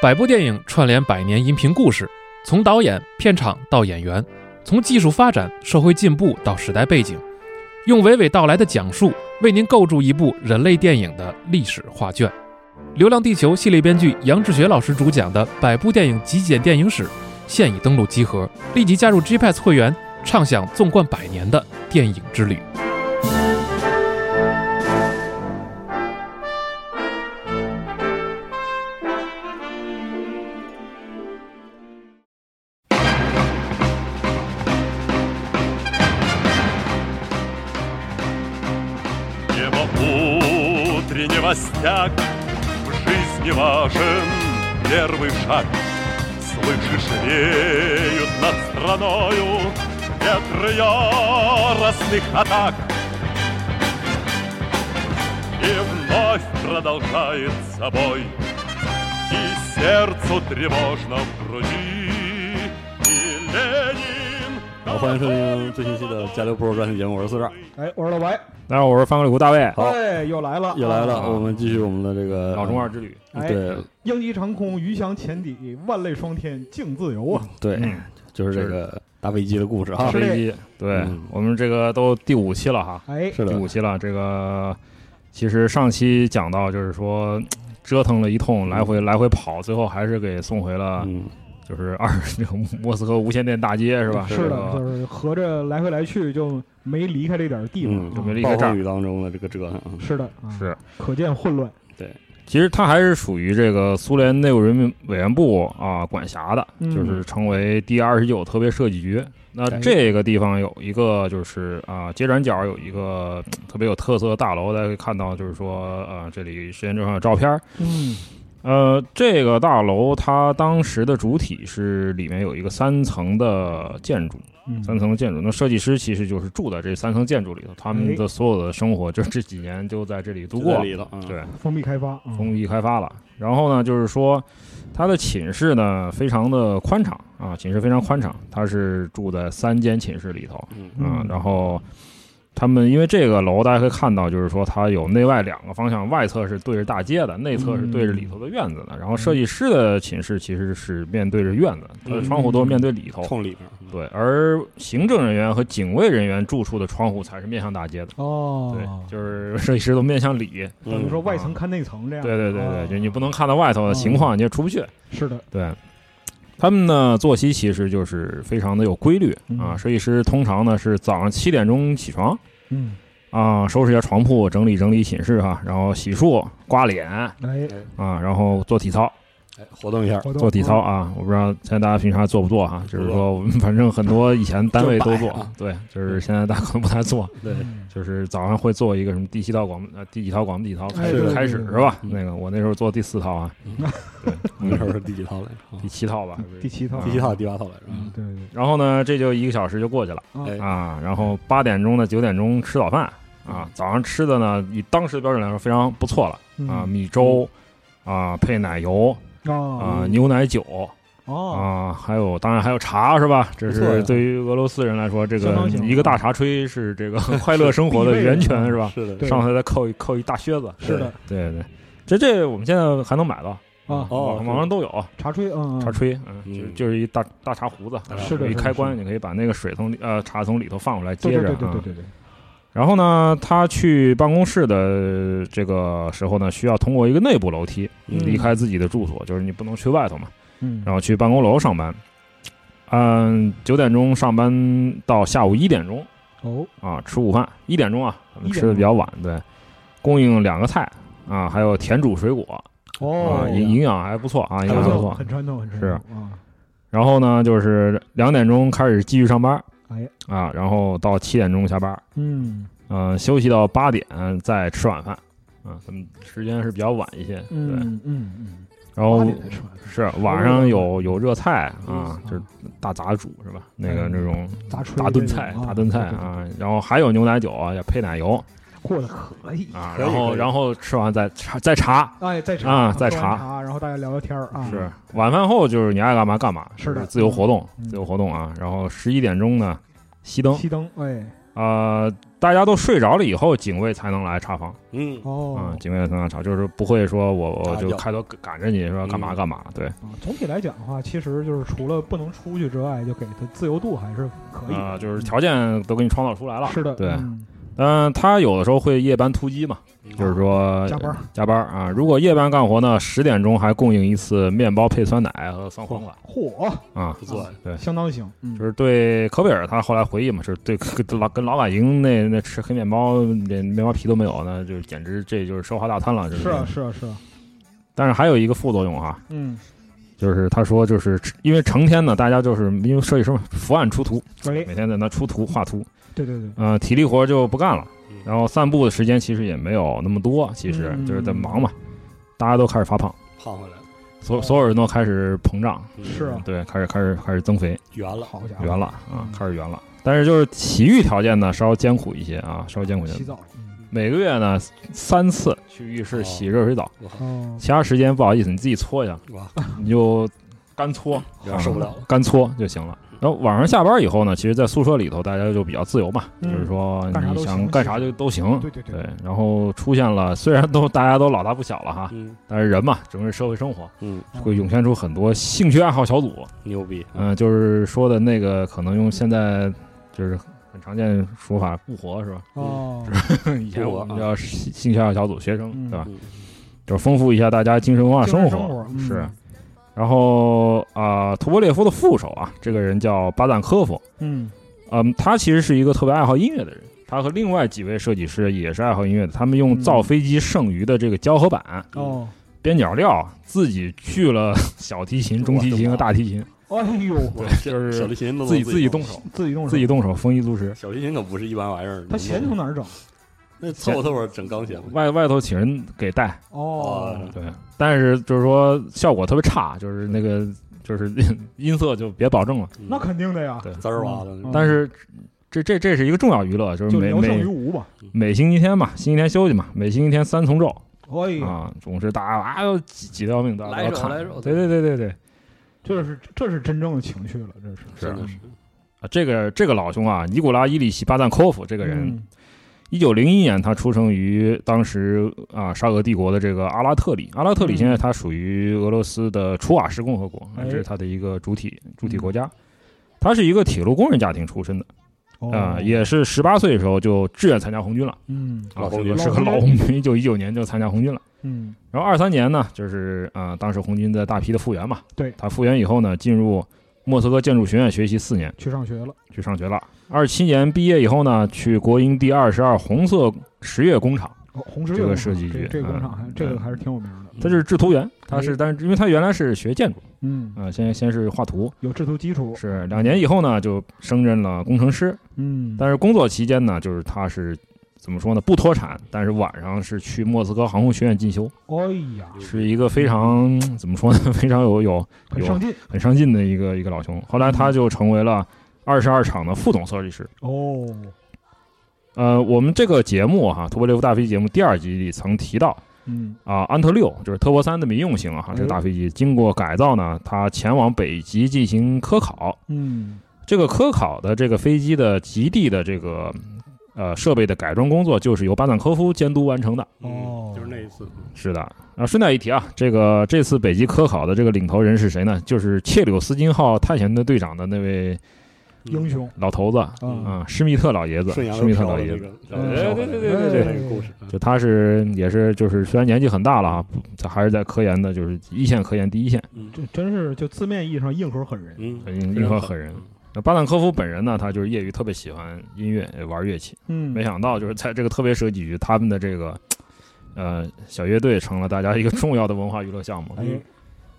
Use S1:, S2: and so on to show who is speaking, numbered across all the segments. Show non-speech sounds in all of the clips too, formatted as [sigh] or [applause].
S1: 百部电影串联百年音频故事，从导演、片场到演员，从技术发展、社会进步到时代背景，用娓娓道来的讲述，为您构筑一部人类电影的历史画卷。《流浪地球》系列编剧杨志学老师主讲的《百部电影极简电影史》现已登录集合，立即加入 GPS 会员，畅享纵贯百年的电影之旅。
S2: Небо утреннего стяг В жизни важен первый шаг Слышишь, веют над страною Ветры яростных атак И вновь продолжается бой И сердцу тревожно в груди И Ленин
S3: 好，欢迎收听最新期的《加流部落》专题节目，我是四十二，
S4: 哎，我是老白，
S5: 大家好，我是翻过里谷大卫，
S3: 好
S4: 哎，又来了，
S3: 又来了，
S5: 啊
S3: 我们继续我们的这个
S5: 老中二之旅。
S4: 哎
S3: 对
S4: 鹰击长空，鱼翔浅底，万类霜天竞自由啊！
S3: 对，
S5: 嗯，
S3: 就是这个大飞啊机的故事
S5: 大
S3: 哈，
S5: 飞机，对
S3: 嗯
S5: 我们这个都第五期了哈，
S4: 哎，
S3: 是
S5: 第
S3: 的
S5: 五，期了。这个其实上期讲到，就是说折腾了一通，来回来回跑，最后还是给送回了，
S3: 嗯，
S5: 就是二 [laughs] 这个莫斯科无线电大街是吧？
S4: 是
S5: 这
S4: 的，
S5: 个
S4: 就是合着来回来去就没离开这点地
S3: 嗯
S4: 方，啊
S5: 就没离
S3: 暴
S5: 开这
S3: 风
S5: 儿。
S3: 雨当中的这个折腾，嗯
S4: 是的，啊
S5: 是，
S4: 可见混乱。
S5: 其实它还是属于这个苏联内务人民委员部啊管辖的，
S4: 嗯
S5: 就是成为第二十九特别设计局。那
S4: 哎
S5: 这个地方有一个就是啊，街转角有一个嗯特别有特色的大楼，大家可以看到，就是说啊，这里时间轴上有照片儿。
S4: 嗯，
S5: 呃，这个大楼它当时的主体是里面有一个三层的建筑，
S4: 嗯
S5: 三层的建筑。那设计师其实就是住在这三层建筑里头，他们的所有的生活就这几年就在这里度
S3: 就
S5: 过
S3: 在
S5: 了。
S3: 里头，嗯
S5: 对，
S4: 封闭开发，啊
S5: 封闭开发了。然后呢，就是说它的寝室呢非常的宽敞啊，寝室非常宽敞，它是住在三间寝室里头
S3: 嗯
S5: 啊
S4: 嗯。
S5: 然后他们因为这个楼，大家可以看到，就是说它有内外两个方向，外侧是对着大街的，内侧是对着里头的院子的。然后设计师的寝室其实是面对着院子，它的窗户都是面对里头。
S3: 冲里边，嗯
S5: 对，而行政人员和警卫人员住处的窗户才是面向大街的。
S4: 哦，
S5: 对，就是设计师都面向里，
S4: 等于说
S3: 嗯
S4: 外层看内层这样。
S5: 对对对
S4: 哦
S5: 对，就你不能看到外头的情况，你也出不去。
S4: 是的，
S5: 对，他们呢作息其实就是非常的有规律
S4: 嗯
S5: 啊。设计师通常呢是早上七点钟起床
S4: 嗯，
S5: 啊，收拾一下床铺，整理整理寝室哈，然后洗漱、刮脸
S4: 哎，
S5: 啊，然后做体操，
S3: 哎活动一下，
S4: 活动
S5: 做体操，啊。我不知道现在大家平常做不做哈，就是说我们反正很多以前单位都
S3: 就
S5: 做
S3: 摆啊，
S5: 对，就是现在大家可能不太做。
S3: 对，
S4: 嗯
S5: 就是早上会做一个什么第七道广呃第几套广播体操开
S4: 哎
S5: 始
S3: 对
S5: 开
S4: 对
S5: 始
S4: 对
S5: 是吧？
S3: 嗯
S5: 那个我那时候做第四套啊，
S3: 那时候是第几套来着？啊
S5: 第七套吧，
S4: 第七
S5: 啊
S4: 套，
S3: 第七套、第八套来着？嗯
S4: 对对
S5: 然后呢，这就一个小时就过去了
S3: 哎
S4: 对，啊，
S5: 啊。然后八点钟呢，九点钟吃早饭啊。早上吃的呢，以当时的标准来说非常不错了
S4: 嗯
S5: 啊，米粥啊，配奶油啊，
S4: 哦
S5: 牛奶酒
S4: 哦，
S5: 啊，还有当然还有茶是吧？这
S3: 不错呀
S5: 是对于俄罗斯人来说，这
S4: 相
S5: 个
S4: 当幸福
S5: 一个大茶炊是这个 [laughs] 快乐生活的
S4: 必备的
S5: 源嗯泉是吧？
S3: 是的，
S4: 对
S5: 上头再扣一扣一大靴子，
S4: 是的
S5: 对对。这这我们现在还能买到
S4: 啊，
S3: 哦
S5: 网网上都有
S4: 茶炊，嗯，嗯
S5: 茶炊，嗯，就
S3: 嗯
S5: 就是一大大茶壶子，
S3: 是
S4: 是的
S5: 有一
S4: 是的
S5: 开
S4: 是
S5: 关，
S4: 的
S5: 你可以把那个水从里呃茶从里头放出来接
S4: 对对对对
S5: 着
S4: 对
S5: 啊。
S4: 对对，
S5: 然后呢，他去办公室的这个时候呢，需要通过一个内部楼梯
S3: 嗯
S5: 离开自己的住所，就是你不能去外头嘛。
S4: 嗯，
S5: 然后去办公楼上班，嗯，九点钟上班到下午一点钟
S4: 哦，
S5: 啊，吃午饭一点钟啊，咱们
S4: 1点钟
S5: 吃的比较晚，对，供应两个菜啊，还有甜煮水果
S4: 哦
S5: 啊，，营营养还不错啊，营
S4: 还
S5: 养还
S4: 不错，
S5: 不错
S4: 很。传统，很传
S5: 是
S4: 统啊。
S5: 然后呢，就是两点钟开始继续上班，
S4: 哎
S5: 啊，然后到七点钟下班，
S4: 嗯
S5: 嗯、休息到八点再吃晚饭，啊，咱们时间是比较晚一些，对，
S4: 嗯嗯嗯，
S5: 然
S4: 八
S5: 后
S4: 点才吃完，
S5: 是晚上有
S4: 嗯
S5: 有热菜
S4: 嗯，
S5: 啊就是大杂煮是吧？那个
S4: 嗯
S5: 那种
S4: 大炊
S5: 大
S4: 这
S5: 炖
S4: 种
S5: 菜，
S4: 啊
S5: 大炖菜
S4: 对对对
S5: 啊，然后还有牛奶酒啊，要配奶油
S4: 过得可以。
S5: 啊，
S3: 可以
S5: 然后
S3: 可以
S5: 然后吃完再茶再茶。
S4: 哎，再查
S5: 啊再
S4: 喝完
S5: 查
S4: 茶，然后大家聊聊天儿啊。
S5: 是晚饭后就是你爱干嘛干嘛，
S4: 是的
S5: 自由活动，
S4: 嗯
S5: 自由活动啊。然后十一点钟呢，熄灯
S4: 熄灯，哎，
S5: 呃，大家都睡着了以后，警卫才能来查房。
S3: 嗯，
S5: 啊，
S4: 哦，
S5: 警卫才能来查，就是不会说我我
S3: 打
S5: 就
S3: 架
S5: 开头赶着你说干嘛
S3: 嗯
S5: 干嘛。对，
S4: 啊总体来讲的话，其实就是除了不能出去之外，就给他自由度还是可以的嗯
S5: 啊、就是条件都给你创造出来了。
S4: 是的，
S5: 对
S4: 嗯
S5: 嗯，他有的时候会夜班突击嘛，
S3: 嗯
S5: 就是说
S4: 哦加班儿
S5: 加班儿啊。如果夜班干活呢，十点钟还供应一次面包配酸奶和酸黄瓜
S4: 嚯，
S5: 啊。
S3: 不错，
S5: 对，
S4: 相当行，嗯
S5: 就是对可贝尔，他后来回忆嘛，是对跟老跟老板营那那吃黑面包，连面包皮都没有，那就是简直这就是奢华大餐了。就是
S4: 啊，是啊，是啊，
S5: 但是还有一个副作用哈，
S4: 嗯，
S5: 就是他说就是因为成天呢，大家就是因为设计师嘛，伏案出图，
S4: 对
S5: 每天在那出图画图，
S4: 对对对，
S5: 呃，体力活就不干了
S3: 嗯，
S5: 然后散步的时间其实也没有那么多，其实
S4: 嗯
S5: 就是在忙嘛，大家都开始发胖，
S3: 胖回来了，
S4: 哦
S5: 所所有人都开始膨胀，
S3: 嗯
S4: 是啊，
S5: 对，开始开始开始增肥，
S3: 圆了，
S4: 嗯好家伙，
S5: 圆了啊，开始圆了。但是就是体育条件呢，稍微艰苦一些啊，稍微艰苦一
S4: 洗
S5: 些。
S4: 澡，嗯
S5: 每个月呢三次去浴室
S3: 哦
S5: 洗热水澡，
S3: 我靠，
S4: 哦，
S5: 其他时间不好意思，你自己搓一下，
S3: 哇，
S5: 你就干
S4: 嗯
S5: 搓，
S3: 有点受不了了，
S5: 干搓就行了。然后晚上下班以后呢，其实，在宿舍里头大家就比较自由嘛，
S4: 嗯
S5: 就是说
S4: 干啥
S5: 你
S4: 都
S5: 想
S4: 行
S5: 干啥就都行。
S4: 对对对
S5: 对，然后出现了，虽然都大家都老大不小了哈，
S3: 嗯
S5: 但是人嘛，整个社会生活
S3: 嗯，
S5: 会涌现出很多兴趣爱好小组。
S3: 牛逼，
S5: 嗯、就是说的那个，可能用现在就是很常见说法，固活是吧？
S4: 哦，
S5: 以前我们
S3: 固活
S5: 叫兴兴趣爱好小组，学生、
S4: 嗯
S5: 对吧？
S3: 嗯
S5: 就是丰富一下大家精神文化
S4: 精神
S5: 活。
S4: 活嗯
S5: 是然后啊、图波列夫的副手啊，这个人叫巴赞科夫，
S4: 嗯
S5: 嗯，他其实是一个特别爱好音乐的人。他和另外几位设计师也是爱好音乐的，他们用
S4: 嗯
S5: 造飞机剩余的这个胶合板、
S4: 哦，
S5: 边角料，自己去了小提琴、中提琴和大提琴，
S4: 哎呦，
S3: 对，
S5: 就是
S3: 小提琴都
S5: 自己
S3: 自
S5: 自己动，手，
S4: 自己动手
S5: 自己动手，丰衣足食。
S3: 小提琴可不是一般玩意儿，
S4: 他钱从哪儿整？
S3: 那凑合凑合整钢啊琴，
S5: 外外头请人给带，
S4: 哦，
S5: 对，但是就是说效果特别差，就是那个就是 [laughs] 音色就别保证了。
S3: 嗯
S4: 那肯定的呀，
S5: 对
S3: 滋儿哇的，
S4: 嗯
S5: 但是这这这是一个重要娱乐，就是
S4: 就
S5: 每
S4: 聊胜于
S5: 每
S4: 无吧。
S5: 每星期天嘛，星期天休息嘛，每星期天三重奏，
S4: 哎呀，
S5: 啊，总是大家啊都挤挤得要命，大家
S3: 来
S5: 都要
S3: 肉
S5: 看
S3: 来肉
S5: 对对对对对，
S4: 这是这是真正的情绪了，这是
S3: 真的是，
S5: 啊，这个这个老兄啊，尼古拉伊里希巴赞科夫这
S4: 这
S5: 个人，一九零一年他出生于当时啊沙俄帝国的这个阿拉特里，阿拉特里
S4: 嗯
S5: 现在它属于俄罗斯的楚瓦什共和国，啊
S4: 哎
S5: 这是它的一个主体主体国家。他是一个铁路工人家庭出身的啊、
S4: 哦，
S5: 也是十八岁的时候就志愿参加红军了，
S4: 嗯
S5: 啊
S3: 老红
S5: 是
S3: 军
S5: 个是个老
S4: 老
S5: 红军，一九一九年就参加红军了。
S4: 嗯
S5: 然后二三年呢，就是啊、呃当时红军在大批的复员嘛，
S4: 对
S5: 他复员以后呢，进入莫斯科建筑学院学习四年，
S4: 去上学了，
S5: 去上学了。二七年毕业以后呢，去国营第二十二红色实业工厂，
S4: 哦红石
S5: 这个
S4: 油
S5: 设计
S4: 这
S5: 局
S4: 这个工厂还
S5: 嗯
S4: 这
S5: 嗯
S4: 个还是挺有名的，
S5: 他就是制图员，他是
S4: 哎
S5: 但是因为他原来是学建筑
S4: 嗯，
S5: 啊、先先是画图，
S4: 有制图基础，
S5: 是两年以后呢就升任了工程师，
S4: 嗯，
S5: 但是工作期间呢，就是他是。怎么说呢？不脱产，但是晚上是去莫斯科航空学院进修，
S4: 哎呀，
S5: 是一个非常怎么说呢？ [laughs] 非常有有啊
S4: 很上进
S5: 很上进的一个一个老兄。后来他就成为了二十二厂的副总设计师。
S4: 哦，
S5: 呃，我们这个节目哈、图波列夫大飞机节目第二集里曾提到
S4: 嗯，
S5: 啊，安特六就是特波三的民用型啊，哈这个大飞机经过改造呢，它前往北极进行科考。
S4: 嗯，
S5: 这个科考的这个飞机的极地的这个呃设备的改装工作，就是由巴赞科夫监督完成的。
S3: 嗯
S4: 哦
S3: 就是那一次，
S5: 是的，啊，顺带一提啊，这个这次北极科考的这个领头人是谁呢？就是切柳斯金号探险队队长的那位
S4: 英雄
S5: 老头子，
S4: 啊，
S5: 啊，施密特老爷子，
S3: 顺阳
S5: 施密特老
S3: 那
S5: 爷子，
S3: 个，
S4: 嗯
S5: 对对对对
S4: 对对
S3: 那个故事，嗯
S5: 就他是也是就是虽然年纪很大了啊，不他还是在科研的，就是一线科研第一线，
S3: 嗯
S4: 这真是就字面意义上硬核狠人，
S3: 嗯，
S5: 硬硬核狠人。那巴坦科夫本人呢，他就是业余特别喜欢音乐，呃玩乐器。
S4: 嗯，
S5: 没想到就是在这个特别设计局，他们的这个呃小乐队成了大家一个 [laughs] 重要的文化娱乐项目。
S4: 哎，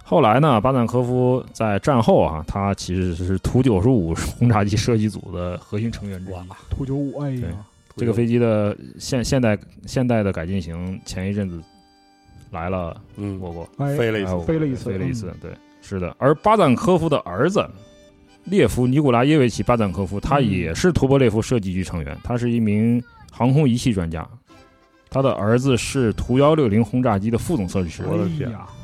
S5: 后来呢，巴坦科夫在战后啊，他其实是图九十五轰炸机设计组的核心成员之一。
S3: 哇，
S4: 图九五，哎呀，
S5: 这个飞机的现现代现代的改进型，前一阵子来了
S3: 嗯，
S5: 我国，
S4: 哎，
S3: 飞了一
S5: 哎
S3: 次，
S5: 我
S4: 飞了一次
S5: 飞了一次，对，是的。而巴赞科夫的儿子列夫·尼古拉耶维奇·巴赞科夫，
S4: 嗯
S5: 他也是图波列夫设计局成员，他是一名航空仪器专家。
S4: 哦
S5: 他的儿子是图幺六零轰炸机的副总设计师，
S4: 哎呀，嗯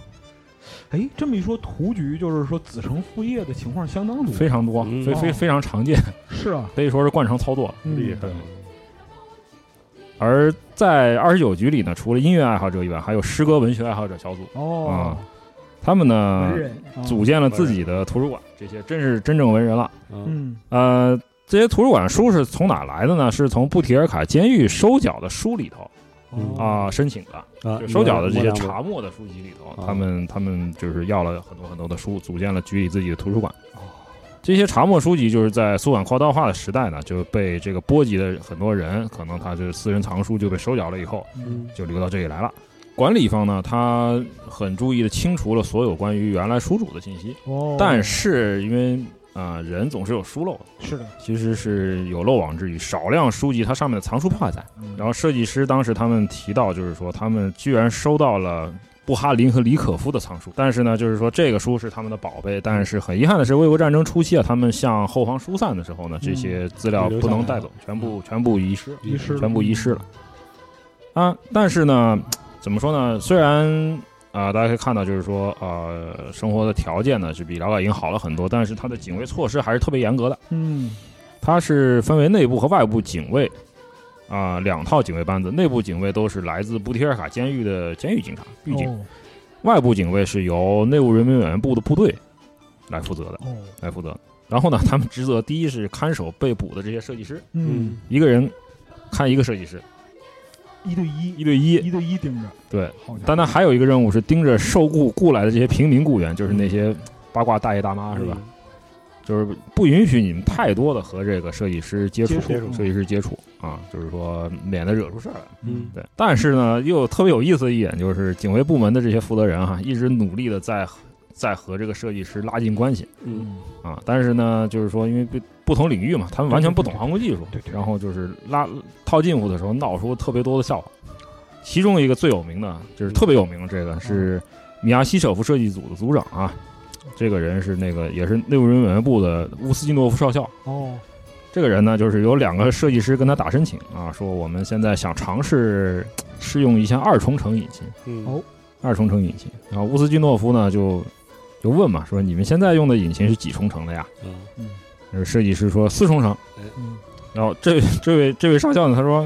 S4: 哎，这么一说，雏菊就是说子承父业的情况相当多。
S5: 非常多，
S3: 嗯
S5: 非非
S4: 哦
S5: 非常常见，
S4: 是啊，
S5: 可以说是惯常操作。
S4: 嗯
S3: 厉害了，
S5: 而在二十九局里呢，除了音乐爱好者以外，还有诗歌文学爱好者小组
S4: 哦
S5: 啊，，他们呢
S4: 文人啊
S5: 组建了自己的图书馆，这些真是真正文人了。
S3: 嗯
S4: 嗯
S5: 呃，这些图书馆书是从哪来的呢？是从布提尔卡监狱收缴的书里头
S3: 嗯
S4: 哦
S5: 啊、申请的，
S3: 啊
S5: 就收缴的这些，
S3: 摸两摸
S5: 查没的书籍里头，
S4: 哦
S3: 啊
S5: 他们他们就是要了很多很多的书，组建了局里自己的图书馆。
S4: 哦
S5: 这些查没书籍就是在苏皖扩大化的时代呢，就被这个波及的很多人，可能他就是私人藏书就被收缴了以后，
S4: 嗯
S5: 就流到这里来了。管理方呢，他很注意的清除了所有关于原来书主的信息，
S4: 哦，
S5: 但是因为啊、呃人总是有疏漏的，
S4: 是的，
S5: 其实是有漏网之鱼，少量书籍它上面的藏书破坏在。然后设计师当时他们提到，就是说他们居然收到了布哈林和李可夫的藏书，但是呢，就是说这个书是他们的宝贝，但是很遗憾的是，卫国战争初期啊，他们向后方疏散的时候呢，这些资料不能带走，全部全部遗失，
S4: 遗失了
S5: 全部遗失了。啊，但是呢，怎么说呢？虽然啊、大家可以看到，就是说，呃，生活的条件呢是比劳改营好了很多，但是它的警卫措施还是特别严格的。
S4: 嗯
S5: 它是分为内部和外部警卫，啊、两套警卫班子。内部警卫都是来自布提尔卡监狱的监狱警察、狱警；
S4: 哦
S5: 外部警卫是由内务人民委员部的部队来负责的，
S4: 哦
S5: 来负责的。然后呢，他们职责第一是看守被捕的这些设计师，
S4: 嗯，
S5: 一个人看一个设计师，
S4: 一对一
S5: 一对一。
S4: 一对一盯着，
S5: 对，
S4: 好家
S5: 但
S4: 伙，
S5: 他还有一个任务是盯着受雇雇来的这些平民雇员，就是那些八卦大爷大啊妈，是
S3: 嗯
S5: 吧？？就是不允许你们太多的和这个设计师接触，
S4: 接触接触
S5: 设计师接触啊，就是说免得惹出事儿来。
S3: 嗯
S5: 对，但是呢，又特别有意思的一点就是，警卫部门的这些负责人哈、啊一直努力的在和在和这个设计师拉近关系
S3: 嗯
S4: 嗯
S5: 啊，但是呢，就是说因为不不同领域嘛，他们完全不懂
S4: 对对对
S5: 航空技术
S4: 对对，对
S5: 然后就是拉套近乎的时候闹出特别多的笑话。其中一个最有名的，
S4: 嗯
S5: 就是特别有名，这个是米亚西舍夫设计组的组长啊，这个人是那个也是内务人员部的乌斯季诺夫少校。
S4: 哦
S5: 这个人呢，就是有两个设计师跟他打申请啊，说我们现在想尝试试用一下二冲程引擎，
S3: 嗯
S4: 哦
S5: 二冲程引擎。然后乌斯季诺夫呢就就问嘛，说你们现在用的引擎是几冲程的呀？
S3: 嗯
S5: 那个设计师说四冲程。
S4: 嗯，
S5: 然后这 [laughs] 这位这位上校呢，他说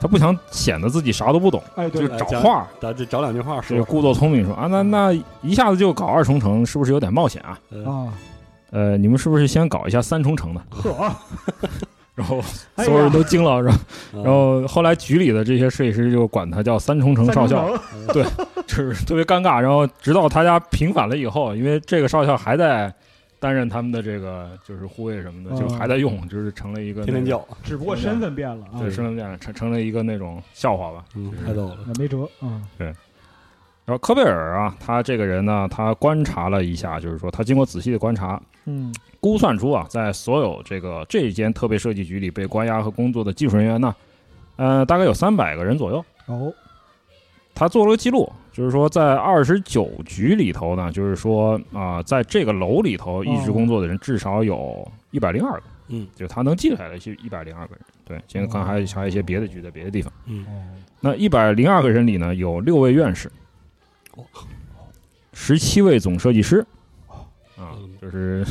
S5: 他不想显得自己啥都不懂，
S4: 哎对
S5: 就
S4: 了，
S5: 找话，
S3: 咱这找两句话
S5: 这个
S3: 说，
S5: 故作聪明说啊，
S4: 嗯
S5: 那那一下子就搞二冲程，是不是有点冒险啊？
S3: 嗯
S4: 啊，
S5: 呃，你们是不是先搞一下三冲程的？
S4: 呵，啊
S5: 然后
S4: 哎呀
S5: 所有人都惊了，然后
S3: 然
S5: 然后后来局里的这些设计师就管他叫三重城
S4: 三
S5: 少
S4: 重
S5: 校，
S4: 楼
S5: 就是特别尴尬。然后直到他家平反了以后，因为这个少校还在担任他们的这个就是护卫什么的，
S4: 哦
S5: 就还在用，就是成了一个
S3: 天天
S5: 那种
S3: 叫，
S4: 只不过身份变了啊，
S5: 对身份变了，成成了一个那种笑话吧。
S3: 嗯，太逗了，
S4: 那没辙啊，
S5: 然后科贝尔啊，他这个人呢，他观察了一下，就是说他经过仔细的观察，
S4: 嗯
S5: 估算出啊，在所有这个这间特别设计局里被关押和工作的技术人员呢，呃，大概有三百个人左右。
S4: 哦
S5: 他做了个记录，就是说在二十九局里头呢，就是说啊、在这个楼里头一直工作的人至少有一百零二个，
S3: 嗯，
S5: 就他能记下来的是一百零二个人。对，现在看还还有一些别的局在别的地方。
S3: 嗯，
S4: 哦
S5: 那一百零二个人里呢，有六位院士
S3: 哦，
S5: 十七位总设计师，啊
S3: 嗯，
S5: 就是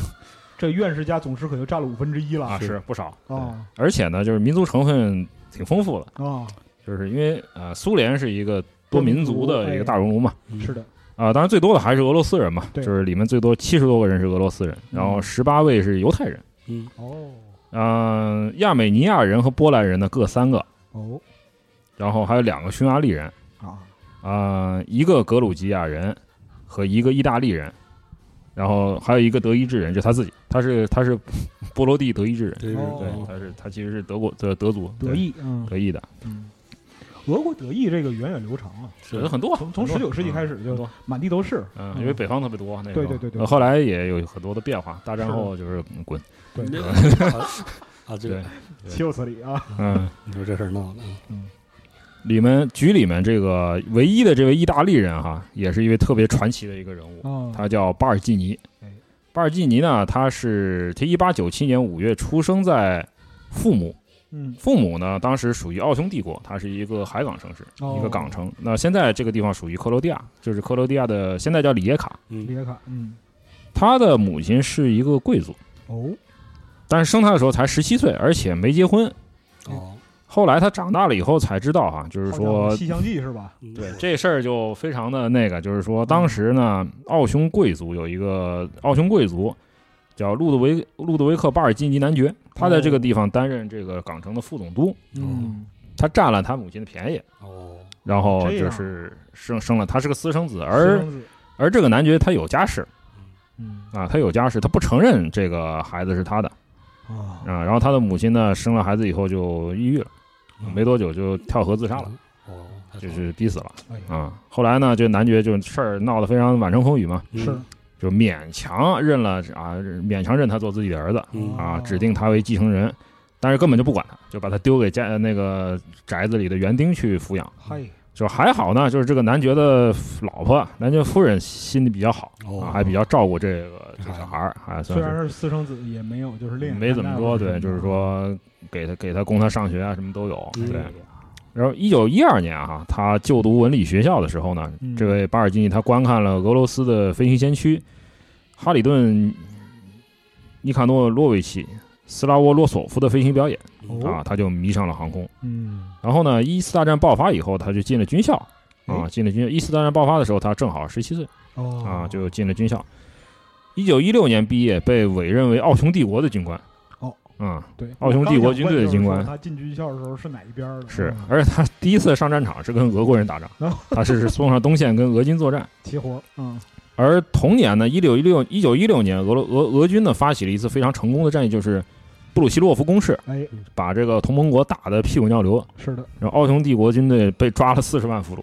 S4: 这院士加总师可就占了五分之一了
S5: 啊是不少，
S4: 啊
S5: 而且呢，就是民族成分挺丰富的，
S4: 啊，
S5: 就是因为呃，苏联是一个多民族
S4: 多民族
S5: 的一
S4: 哎
S5: 个大熔炉嘛。
S3: 嗯
S4: 是的，
S5: 啊、当然最多的还是俄罗斯人嘛，就
S4: 对嗯
S5: 是里面最多七十多个人是俄罗斯人，然后十八位是犹太人，
S3: 嗯，
S4: 哦
S5: 嗯、亚美尼亚人和波兰人呢各三个，
S4: 哦
S5: 然后还有两个匈牙利人，
S4: 啊，
S5: 啊、一个格鲁吉亚人和一个意大利人，然后还有一个德意志人，就他自己，他是他是 [laughs] 波罗的德意志人，
S3: 对
S5: 对，
S3: 对，
S5: 他是他其实是德国的德族，
S4: 哦德
S5: 对
S4: 意嗯
S5: 德意的，
S4: 嗯，俄国德意这个源远流长啊，
S5: 是很多，
S4: 从从
S5: 很
S4: 十
S5: 多
S4: 九世纪开始
S5: 很多
S4: 就满地都是，
S5: 嗯，因为北方特别多，那时
S4: 对
S5: 候
S4: 对对对
S5: 呃后来也有很多的变化，大战
S4: 是的
S5: 后就是
S4: [laughs]
S5: 嗯滚，
S4: 对
S5: [laughs]
S3: 啊，这
S5: 对
S3: 个，
S4: 岂有此理啊，
S5: 嗯。
S3: 你说这事儿闹的，
S5: 里面局里面这个唯一的这位意大利人哈，也是一位特别传奇的一个人物，
S4: 啊
S5: 他叫巴尔基尼
S4: 哎。
S5: 巴尔基尼呢，他是他一八九七年五月出生在父母
S4: 嗯，
S5: 父母呢，当时属于奥匈帝国，它是一个海港城市，
S4: 哦
S5: 一个港城。那现在这个地方属于克罗地亚，就是克罗地亚的现在叫里耶卡。
S4: 里
S3: 嗯，
S4: 耶卡，嗯，
S5: 他的母亲是一个贵族，
S4: 哦，
S5: 但是生他的时候才十七岁，而且没结婚。
S3: 哦，
S5: 后来他长大了以后才知道哈、就是
S4: 好像有
S5: 说
S4: 《西厢记》是吧？
S3: 嗯
S5: 对， [laughs] 这事儿就非常的那个，就是说当时呢，奥匈贵族有一个奥匈贵族叫路德维路德维克巴尔基尼男爵，他在这
S4: 哦
S5: 个地方担任这个港城的副总督，
S4: 嗯，
S5: 他占了他母亲的便宜，
S3: 哦，
S5: 然后
S4: 这
S5: 就
S4: 样
S5: 是生生了他是个私生子，
S4: 私
S5: 而
S4: 生子
S5: 而这个男爵他有家室
S4: 嗯
S5: 啊，他有家室，他不承认这个孩子是他的
S4: 啊，
S5: 啊，然后他的母亲呢生了孩子以后就抑郁了，没多久就跳河自杀了，，
S3: 哦，太
S5: 就
S3: 好
S5: 是逼死了
S4: 哎呀，
S5: 啊。后来呢，这男爵就事儿闹得非常满城风雨嘛。
S3: 了
S4: 是，
S5: 就勉强认了啊，勉强认他做自己的儿子
S3: 嗯
S5: 啊
S4: 哦，
S5: 指定他为继承人，但是根本就不管他，就把他丢给家呃那个宅子里的园丁去抚养。
S4: 嗨，
S5: 就还好呢，就是这个男爵的老婆，男爵夫人心里比较好
S3: 哦
S5: 啊，还比较照顾这个这小孩儿，还
S4: 虽
S5: 算
S4: 然是
S5: 是
S4: 私生子，也没有就是恋爱
S5: 没怎么说，
S4: 那
S5: 对，就是说给他给他供他上学啊，什么都有，
S3: 嗯
S5: 对。然后，一九一二年啊，他就读文理学校的时候呢，
S4: 嗯
S5: 这位巴尔基尼他观看了俄罗斯的飞行先驱哈里顿·尼卡诺洛维奇·斯拉沃洛索夫的飞行表演
S3: 嗯
S5: 啊，
S4: 哦，
S5: 他就迷上了航空。
S4: 嗯，
S5: 然后呢，一次大战爆发以后，他就进了军校啊，
S4: 哎
S5: 进了军校。一次大战爆发的时候，他正好十七岁
S4: 哦
S5: 啊，就进了军校。一九一六年毕业，被委任为奥匈帝国的军官。
S4: 哦，
S5: 嗯，
S4: 对，
S5: 奥匈帝国军队的军官
S4: 我刚想问就是说他进军校的时候是哪一边儿的？
S5: 是
S4: 嗯，
S5: 而且他第一次上战场是跟俄国人打仗
S4: 哦，
S5: 他是送上东线跟俄军作战。
S4: 齐活，嗯，
S5: 而同年呢，一九一六一九一六年，俄罗俄俄军呢发起了一次非常成功的战役，就是布鲁希洛夫攻势，
S4: 哎，
S5: 把这个同盟国打得屁滚尿流，
S4: 是的，
S5: 然后奥匈帝国军队被抓了四十万
S4: [laughs]
S5: 俘虏，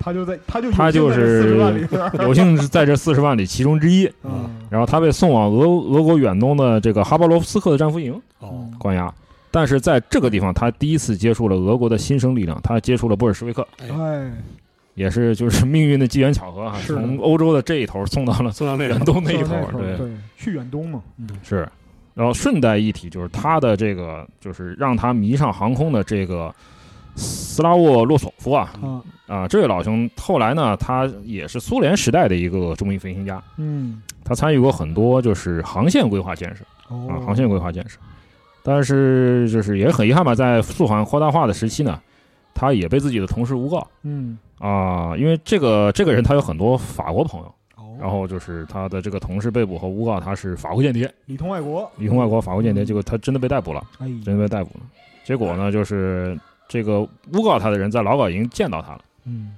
S4: 他就在，他就
S5: 他就是
S4: 四十万里边儿，
S5: 有幸是在这四十万里其中之一。
S4: 嗯，
S5: 然后他被送往俄俄国远东的这个哈巴罗夫斯克的战俘营
S3: 哦，
S5: 关押，但是在这个地方，他第一次接触了俄国的新生力量，他接触了布尔什维克，
S4: 哎，
S5: 也是就是命运的机缘巧合啊，
S4: 是的
S5: 从欧洲的这一头送到了
S3: 送上那
S5: 远
S3: 个，
S5: 东那一头
S4: 说到，
S5: 对
S4: 对。去远东嘛，嗯，
S5: 是，然后顺带一提，就是他的这个，就是让他迷上航空的这个斯拉沃洛索夫啊
S4: 啊，
S5: 啊，这位老兄后来呢，他也是苏联时代的一个著名飞行家，
S4: 嗯，
S5: 他参与过很多就是航线规划建设
S4: 哦
S5: 啊，，航线规划建设，但是就是也很遗憾吧，在苏环扩大化的时期呢，他也被自己的同事诬告。
S4: 嗯，
S5: 啊，因为这个这个人他有很多法国朋友，
S4: 哦，
S5: 然后就是他的这个同事被捕和诬告他是法国间谍，
S4: 里通外国，
S5: 里通外国法国间谍，结果他真的被逮捕了。
S4: 哎，
S5: 真被逮捕了。结果呢，就是这个诬告他的人在劳改营见到他了，
S4: 嗯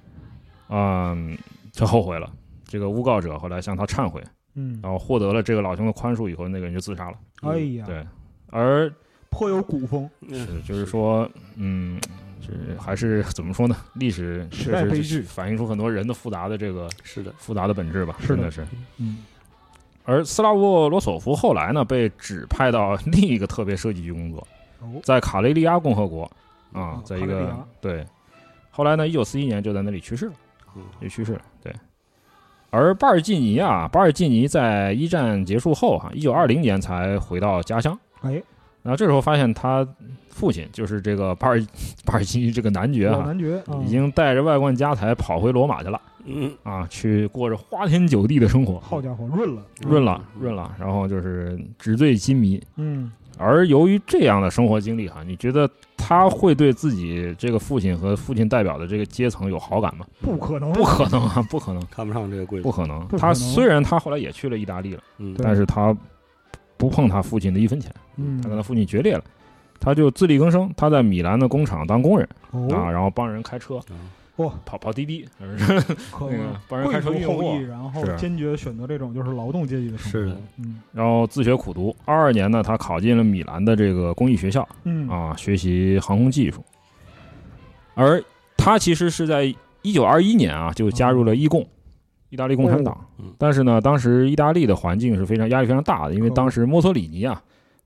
S5: 嗯，他后悔了。这个诬告者后来向他忏悔，
S4: 嗯，
S5: 然后获得了这个老兄的宽恕以后，那个人就自杀了。
S4: 哎呀，
S5: 对，而
S4: 颇有古风，
S5: 是
S3: 嗯
S5: 就是，说，嗯，是还是怎么说呢？历史
S4: 时
S5: 确
S4: 代悲
S5: 实
S4: 剧
S5: 是反映出很多人的复杂的这个
S3: 是的，
S5: 复杂的本质吧，
S4: 是
S5: 真
S4: 的
S5: 的是。
S4: 嗯，
S5: 而斯拉沃罗索夫后来呢，被指派到 [laughs] 另一个特别设计局工作，
S4: 哦，
S5: 在卡累利亚共和国啊
S4: 哦，
S5: 在
S4: 卡
S5: 一
S4: 累利
S5: 个
S4: 亚
S5: 对，后来呢，一九四一年就在那里去世了，
S3: 嗯
S5: 就去世了。对，而巴尔基尼啊，巴尔基尼在一战结束后哈、1一九二啊零年才回到家乡。
S4: 哎，
S5: 然后这时候发现他父亲就是这个巴尔 [laughs] 巴尔基尼这个男爵
S4: 老
S5: 哈、
S4: 男爵
S5: 啊
S4: 啊
S5: 已经带着万贯家财跑回罗马去了
S3: 嗯，
S5: 啊，去过着花天酒地的生活，
S4: 好家伙，润了，
S5: 润了润了，然后就是纸醉金迷，
S4: 嗯，
S5: 而由于这样的生活经历哈，你觉得他会对自己这个父亲和父亲代表的这个阶层有好感吗？
S4: 不可能，
S5: 不可能
S4: [laughs]
S5: 啊，不可能，
S3: 看不上这个贵
S5: 不
S3: 族，
S5: 可能
S4: 不。可能
S5: 他虽然他后来也去了意大利了，
S3: 嗯，
S4: 对
S5: 但是他不碰他父亲的一分钱，
S4: 嗯，
S5: 他跟他父亲决裂了，他就自力更生。他在米兰的工厂当工人啊，
S4: 哦，
S5: 然后帮人开车，
S3: 嗯
S4: 哇，
S5: 跑跑滴滴，是不是
S4: 可
S5: 那个帮人开车
S4: 贵
S5: 运
S4: 族后
S5: 货
S4: 裔，然后
S5: 是啊
S4: 坚决选择这种就是劳动阶级的生活，
S3: 是的，
S4: 嗯
S5: 然后自学苦读。二二年呢，他考进了米兰的这个工艺学校，
S4: 嗯，
S5: 啊，学习航空技术。而他其实是在一九二一年啊，就加
S4: 哦
S5: 入了意共，意大利共产党。
S3: 嗯
S5: 但是呢，当时意大利的环境是非常压力非常大的，因为
S4: 哦
S5: 当时墨索里尼啊，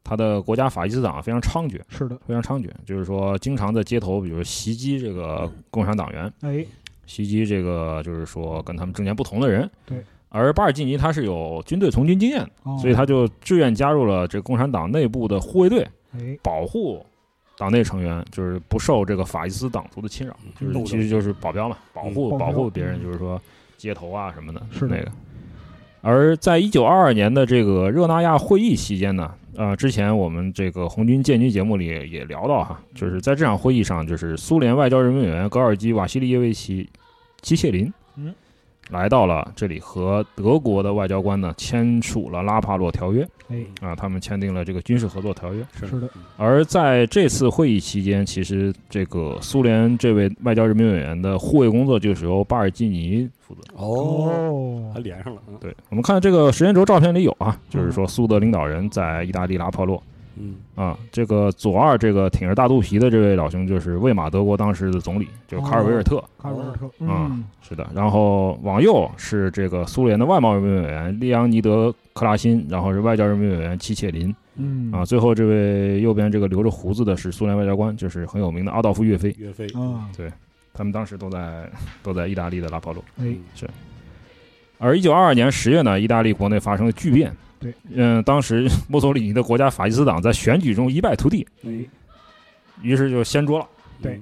S5: 他的国家法西斯党非常猖獗，
S4: 是的，
S5: 非常猖獗，就是说经常在街头，比如袭击这个共产党员，
S4: 哎，
S5: 袭击这个就是说跟他们政见不同的人。
S4: 对。
S5: 而巴尔基尼他是有军队从军经验的，
S4: 哦
S5: 所以他就志愿加入了这个共产党内部的护卫队，
S4: 哎，
S5: 保护党内成员就是不受这个法西斯党族的侵扰，就
S3: 斗
S5: 是
S3: 争
S5: 其实就是保镖嘛，保护
S4: 嗯
S5: 保
S4: 保镖
S5: 护别人，
S4: 嗯
S5: 就是说街头啊什么的，
S4: 是
S5: 那个。而在一九二二年的这个热那亚会议期间呢，呃，之前我们这个红军建军节目里也聊到
S4: 嗯
S5: 哈，就是在这场会议上，就是苏联外交人民委员高尔基·瓦西里耶维奇·基谢林，
S4: 嗯，
S5: 来到了这里，和德国的外交官呢签署了拉帕洛条约
S4: 哎，
S5: 啊，他们签订了这个军事合作条约。
S4: 是
S3: 嗯
S4: 的，
S5: 而在这次会议期间，其实这个苏联这位外交人民委员的护卫工作就是由巴尔基尼负责。
S3: 哦，
S4: 哦
S5: 啊
S3: 还，连上了，嗯
S5: 对我们看这个时间轴照片里有啊，就是说苏德领导人在意大利拉帕洛
S3: 嗯，
S5: 啊，这个左二这个挺着大肚皮的这位老兄就是魏玛德国当时的总理，就是卡尔维尔特。
S4: 卡尔维尔特，
S5: 啊
S4: 嗯，
S5: 是的，然后往右是这个苏联的外贸人民委员利昂尼德·克拉辛，然后是外交人民委员齐切林
S4: 嗯
S5: 啊，最后这位右边这个留着胡子的是苏联外交官，就是很有名的阿道夫·岳飞。
S3: 岳飞，
S4: 啊，
S5: 他们当时都在 [laughs] 都在意大利的拉帕洛。
S3: 嗯
S4: 哎，
S5: 而一九二二年十月呢，意大利国内发生了巨变。
S4: 对，
S5: 嗯，当时 [laughs] 墨索里尼的国家法西斯党在选举中一败涂地，
S3: 哎，
S5: 于是就掀桌了，
S4: 对，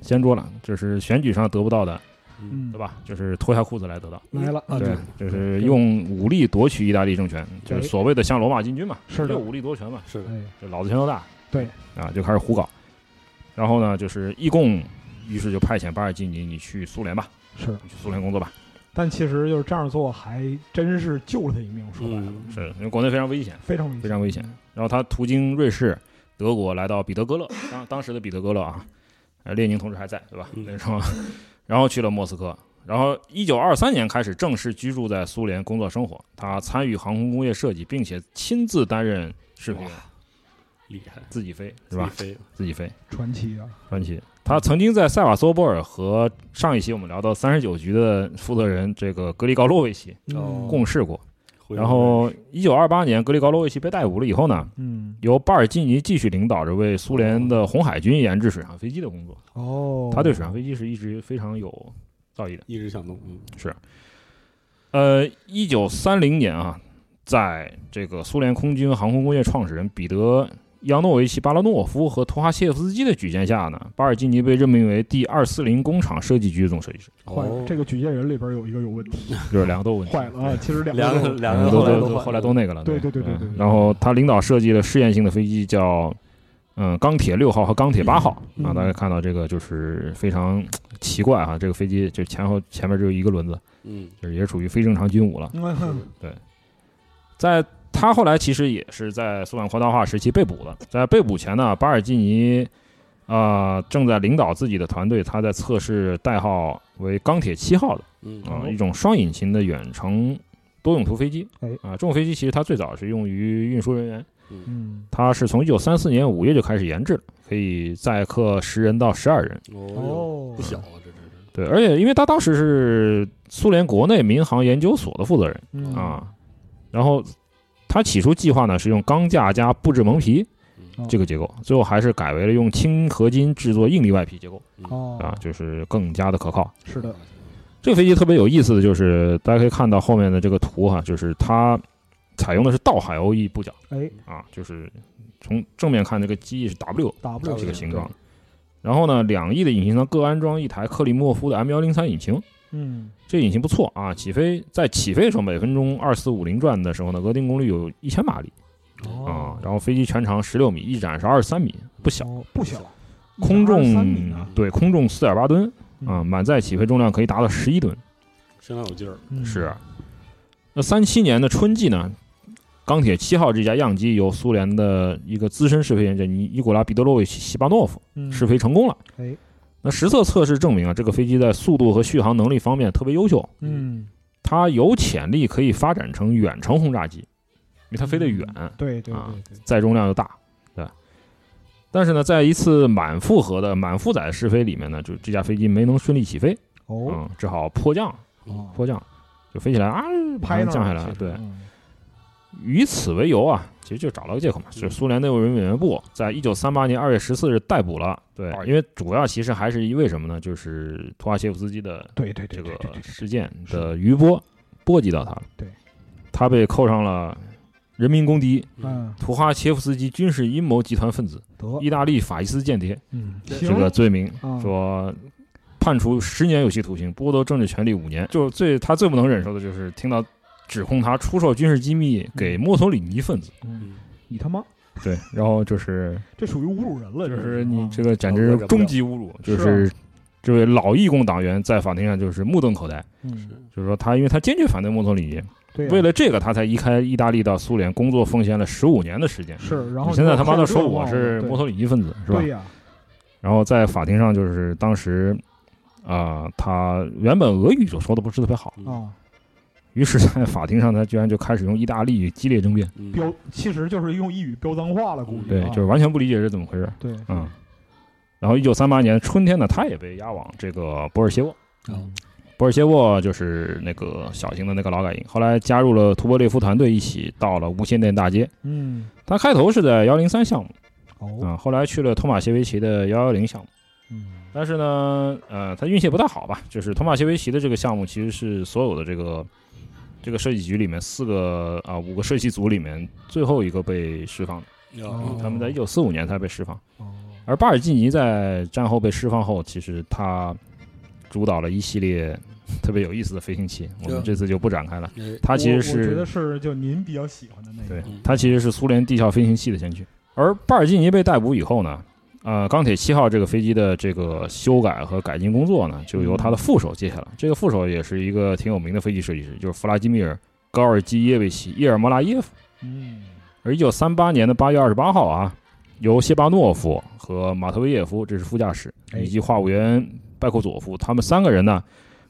S5: 掀桌了，就是选举上得不到的，
S3: 嗯，
S4: 嗯
S5: 对，吧？就是脱下裤子来得到，
S4: 来了，
S3: 啊，
S5: 对
S3: 对，，
S5: 就是用武力夺取意大利政权，就是所谓的像罗马进军嘛，
S4: 是的
S5: 就武力夺权嘛，
S3: 是的，
S4: 哎，
S5: 就老子拳头大，
S4: 对，
S5: 啊，就开始胡搞。然后呢，就是义共，于是就派遣巴尔基尼，你去苏联吧，
S4: 是，
S5: 你去苏联工作吧，
S4: 但其实就是这样做，还真是救了他一命，说白了，
S3: 嗯
S5: 是因为国内非常危险。
S4: 非常危险，
S5: 非常危险。然后他途经瑞士、德国，来到彼得格勒，当当时的彼得格勒啊，呃，列宁同志还在，对吧？
S3: 嗯
S5: 那时候，然后去了莫斯科，然后一九二三年开始正式居住在苏联工作生活。他参与航空工业设计，并且亲自担任士兵
S3: 哇，厉害，
S5: 自己飞，对吧？
S3: 岳飞，
S5: 自己飞，
S4: 传奇啊，
S5: 传奇。他曾经在塞瓦斯托波尔和上一期我们聊到三十九局的负责人这个格里高洛维奇
S3: 哦
S5: 共事过。
S3: 回
S5: 然后，一九二八年格里高洛维奇被逮捕了以后呢，
S4: 嗯，
S5: 由巴尔基尼继续领导着为苏联的红海军研制水上飞机的工作。
S4: 哦，
S5: 他对水上飞机是一直非常有造诣的。
S3: 一直想弄，嗯，
S5: 呃，一九三零年啊，在这个苏联空军航空工业创始人彼得扬诺维奇·巴拉诺夫和图哈谢夫斯基的举荐下呢，巴尔基尼被任命为第二四零工厂设计局总设计师，
S4: 坏
S3: 哦
S4: 了，这个举荐人里边有一个有问
S5: [laughs]
S4: 题，
S5: 就是两个都有问题。
S4: 坏了啊，其实两
S3: 两
S4: 个
S3: 个
S4: 都
S3: 两个
S5: 都
S3: 后来
S5: 都
S3: 都
S5: 后来都那个了。
S4: 对对对对对
S5: 嗯然后他领导设计了试验性的飞机叫，嗯，钢铁六号和钢铁八号
S4: 嗯
S5: 啊。
S4: 嗯
S5: 大家看到这个就是非常奇怪啊，这个飞机就前后前面只有一个轮子，
S3: 嗯，
S5: 就是也属于非正常军武了。
S4: 嗯
S5: 在他后来其实也是在苏联扩大化时期被捕的，在被捕前呢，巴尔基尼。啊、正在领导自己的团队，他在测试代号为“钢铁七号”的
S3: 嗯，
S5: 啊、
S4: 哦
S5: 一种双引擎的远程多用途飞机。
S4: 哎
S5: 啊、这种飞机其实它最早是用于运输人员，
S4: 嗯，
S5: 它是从一九三四年五月就开始研制了，可以载客十人到十二人。
S3: 哦，
S4: 哦
S3: 不，小啊，这这是，
S5: 对，而且因为它当时是苏联国内民航研究所的负责人
S4: 嗯
S5: 啊，然后他起初计划呢是用钢架加布制蒙皮
S3: 嗯
S4: 哦
S5: 这个结构，最后还是改为了用氢合金制作应力外皮结构
S4: 哦
S5: 啊，就是更加的可靠。
S4: 是的，
S5: 这个飞机特别有意思的就是，大家可以看到后面的这个图哈，就是它采用的是倒海鸥翼部角
S4: 哎
S5: 啊，就是从正面看这个机翼是 W
S4: ，W
S5: 这个形状
S4: 对，。
S5: 然后呢，两翼的引擎舱各安装一台克里莫夫的 M 幺零三引擎，
S4: 嗯，
S5: 这引擎不错啊。起飞在起飞的时候，每分钟二四五零转的时候呢，额定功率有一千马力啊
S3: 嗯
S4: 哦。，
S5: 然后飞机全长十六米，翼展是二十三米，不小。
S4: 哦不小，
S5: 空重
S4: 123米呢
S5: 对空重四点八吨啊，
S4: 嗯
S5: 满载起飞重量可以达到十一吨。
S3: 身上有劲儿，
S4: 嗯
S5: 是。那三七年的春季呢，钢铁七号这架样机由苏联的一个资深试飞员叫尼伊古拉彼得洛维奇·西巴诺夫
S4: 嗯
S5: 试飞成功了。
S4: 哎，
S5: 那实测测试证明啊，这个飞机在速度和续航能力方面特别优秀，
S4: 嗯，
S5: 它有潜力可以发展成远程轰炸机，因为它飞得远，
S4: 嗯对对
S5: 啊
S4: 对对，
S5: 载重量又大，对吧。但是呢，在一次满负荷的满负载的试飞里面呢，就这架飞机没能顺利起飞，
S4: 哦，
S5: 嗯，只好迫降，
S4: 哦
S5: 迫降，就飞起来啊，
S4: 拍那儿
S5: 降下来
S4: 其
S5: 了
S4: 实
S5: 对，
S4: 嗯
S5: 以此为由啊，其实就找了个借口嘛，就是苏联内务人民委员部在一九三八年二月十四日逮捕了。对，因为主要其实还是因为什么呢？就是图哈切夫斯基的
S4: 对对对
S5: 这个
S4: 对对对
S5: 事件的余波波及到他了。
S4: 对，
S5: 他被扣上了人民公敌
S4: 嗯，
S5: 图哈切夫斯基军事阴谋集团分子
S4: 得，
S5: 意大利法西斯间谍
S4: 嗯，
S5: 这个
S4: 行，
S5: 罪名
S4: 啊，
S5: 说判处十年有期徒刑，剥夺政治权利五年。就最他最不能忍受的就是听到指控他出售军事机密给墨索里尼分子，
S4: 嗯你他妈
S5: 对，然后就是
S4: 这属于侮辱人了，
S5: 就是
S4: 是
S5: 你
S4: 啊
S5: 这个简直是终极侮辱，就是这位老义工党员在法庭上就是目瞪口呆，
S4: 嗯，
S5: 就是说他因为他坚决反对墨索里尼，
S4: 对呀，啊
S5: 为了这个他才离开意大利到苏联工作，奉献了十五年的时间。
S4: 是，然后
S5: 你现在他妈的
S4: 的
S5: 说我是墨索里尼分子是吧
S4: 啊对？呀，
S5: 然后在法庭上就是当时啊、他原本俄语就说的不是特别好，
S4: 啊，
S5: 于是，在法庭上他居然就开始用意大利语激烈争辩，
S3: 嗯
S4: 标其实就是用一语标脏话了，估计
S5: 对，
S4: 啊
S5: 就是完全不理解是怎么回事，
S4: 对，
S5: 嗯。然后，一九三八年春天呢，他也被押往这个博尔谢沃。
S3: 嗯
S5: 博尔谢沃就是那个小型的那个劳改营，后来加入了图波列夫团队，一起到了无线电大街。
S4: 嗯，
S5: 他开头是在幺零三项目
S4: 哦，
S5: 啊、后来去了托马谢维奇的幺幺零项目。
S4: 嗯，
S5: 但是呢，呃，他运气也不大好吧。就是托马谢维奇的这个项目，其实是所有的这个这个设计局里面四个啊、五个设计组里面最后一个被释放的。
S4: 哦
S5: 他们在一九四五年才被释放，
S4: 哦，
S5: 而巴尔基尼在战后被释放后，其实他主导了一系列特别有意思的飞行器，我们
S3: 对
S5: 这次就不展开了。
S3: 哎
S5: 他其实
S4: 我我觉
S5: 是
S4: 得是就您比较喜欢的那个，
S5: 对
S3: 嗯，
S5: 他其实是苏联地壳飞行器的先驱。而巴尔基尼被逮捕以后呢，呃，钢铁七号这个飞机的这个修改和改进工作呢，就由他的副手接下来。这个副手也是一个挺有名的飞机设计师，就是弗拉基米尔·高尔基耶维奇·叶尔莫拉耶夫。
S4: 嗯，
S5: 而一九三八年的八月二十八号啊，由谢巴诺夫和马特维耶夫，这是副驾驶，
S4: 哎
S5: 以及话务员拜库佐夫，他们三个人呢，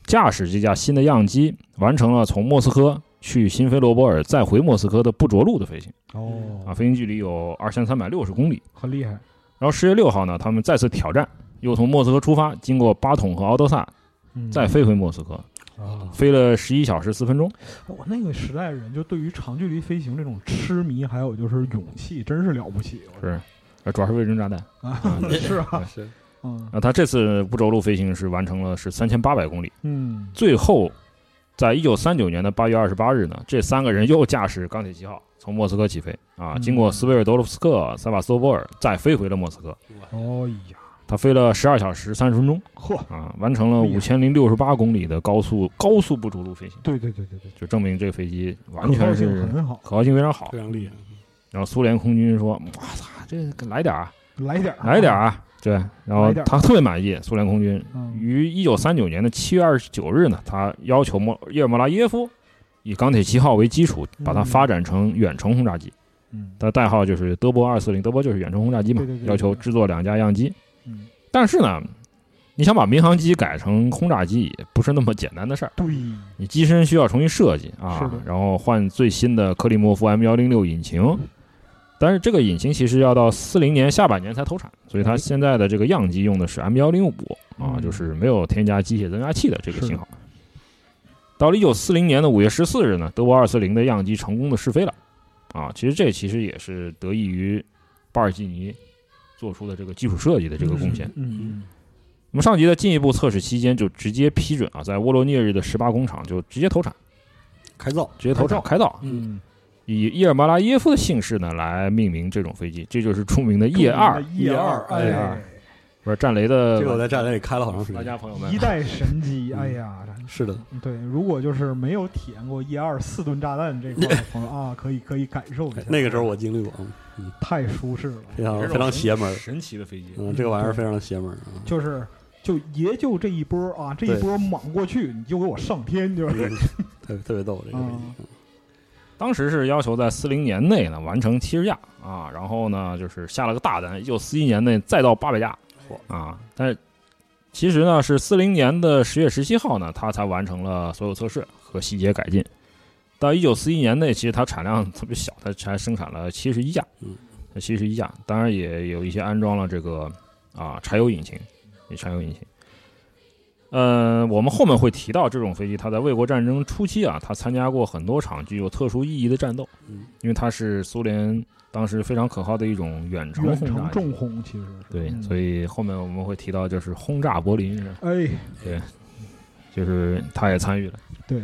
S5: 驾驶这架新的样机，完成了从莫斯科去新飞罗伯尔再回莫斯科的不着陆的飞行。啊，
S4: 哦，
S5: 飞行距离有二千三百六十公里。
S4: 很厉害，
S5: 然后十月六号呢，他们再次挑战，又从莫斯科出发，经过巴统和敖德萨，
S4: 嗯
S5: 再飞回莫斯科，
S4: 啊，
S5: 飞了十一小时四分钟。
S4: 我那个时代人就对于长距离飞行这种痴迷，还有就是勇气，真是了不起。我
S5: 是，呃主要是为了扔炸弹。
S4: 啊，是啊，
S3: [laughs] 是
S4: 嗯
S5: 那他这次不着陆飞行是完成了是三千八百公里。
S4: 嗯，
S5: 最后，在一九三九年的八月二十八日呢，这三个人又驾驶钢铁七号从莫斯科起飞啊，
S4: 嗯
S5: 经过斯维尔德罗夫斯克、塞瓦斯托波尔，再飞回了莫斯科。
S4: 哦呀，
S5: 他飞了十二小时三十分钟
S4: 呵，
S5: 啊，完成
S4: 哎
S5: 了五千零六十八公里的高速高速不着陆飞行。
S4: 对对对对对，
S5: 就证明这个飞机完
S4: 可靠
S5: 全
S4: 性
S5: 是
S4: 很好，
S5: 可靠性非常好
S3: 非。常厉害，
S5: 然后苏联空军说：“哇操，这个来点儿啊，
S4: 来点儿
S5: 来点儿，啊！”对，然后
S4: 来点儿
S5: 他特别满意苏联空军。
S4: 嗯，
S5: 于一九三九年的七月二十九日呢，他要求莫叶尔莫拉耶夫以钢铁七号为基础，把它
S4: 嗯
S5: 发展成远程轰炸机，
S4: 嗯
S5: 它代号就是德波二四零，德波就是远程轰炸机嘛
S4: 对对。对
S5: 要求制作两架样机，
S4: 嗯，
S5: 但是呢，你想把民航机改成轰炸机也不是那么简单的事儿。
S4: 对，
S5: 你机身需要重新设计啊
S4: 是的，
S5: 然后换最新的克里莫夫 M 幺零六引擎，但是这个引擎其实要到四零年下半年才投产，所以它现在的这个样机用的是 M 幺零五啊，
S4: 嗯
S5: 就是没有添加机械增压器的这个
S4: 是的
S5: 型号。到了一九四零年的五月十四日呢，德国二四零的样机成功的试飞了啊，其实这其实也是得益于巴尔基尼做出的这个基础设计的这个贡献。
S4: 嗯，
S5: 那么上级在进一步测试期间就直接批准啊，在沃罗涅日的十八工厂就直接投产。
S3: 开造，
S5: 直接投产开造，
S3: 嗯，
S4: 嗯，
S5: 以伊尔马拉耶夫的姓氏呢来命名这种飞机，这就是著名的叶，E 二，
S4: 叶二，
S5: 叶
S4: 哎
S5: 二，不是战雷的
S3: 这个我在站台里开了好长时
S5: 大
S3: 间，
S5: 家朋友们
S4: 一，代神机，哎呀，
S3: 是的，
S4: 对，如果就是没有体验过叶二四吨炸弹这块儿的
S3: [laughs]
S4: 朋友啊，可以可以感受一下，
S3: 那个时候我经历过，嗯
S4: 太舒适了，
S3: 非常非常邪门儿，
S5: 神奇的飞机，
S3: 嗯，这个玩意儿非常邪门儿啊，
S4: 就是就也就这一波啊，这一
S3: 对
S4: 波莽过去，你就给我上
S3: [laughs]
S4: 天，就是
S3: 嗯特别特别逗这个飞机
S4: 嗯，
S5: 当时是要求在四零年内呢完成七十架啊，然后呢就是下了个大单，一九四一年内再到八百架啊，但是其实呢是四零年的十月十七号呢，它才完成了所有测试和细节改进。到一九四一年内，其实它产量特别小，它才生产了七十一架
S3: 嗯，
S5: 七十一架，当然也有一些安装了这个啊柴油引擎，也柴油引擎。呃，我们后面会提到这种飞机，它在卫国战争初期啊，它参加过很多场具有特殊意义的战斗，
S3: 嗯
S5: 因为它是苏联当时非常可靠的一种远程
S4: 远
S5: 轰炸
S4: 程
S5: 机
S4: 重轰，其实是
S5: 对，
S4: 嗯
S5: 所以后面我们会提到，就是轰炸柏林，
S4: 哎，
S5: 就是他也参与了。
S4: 对，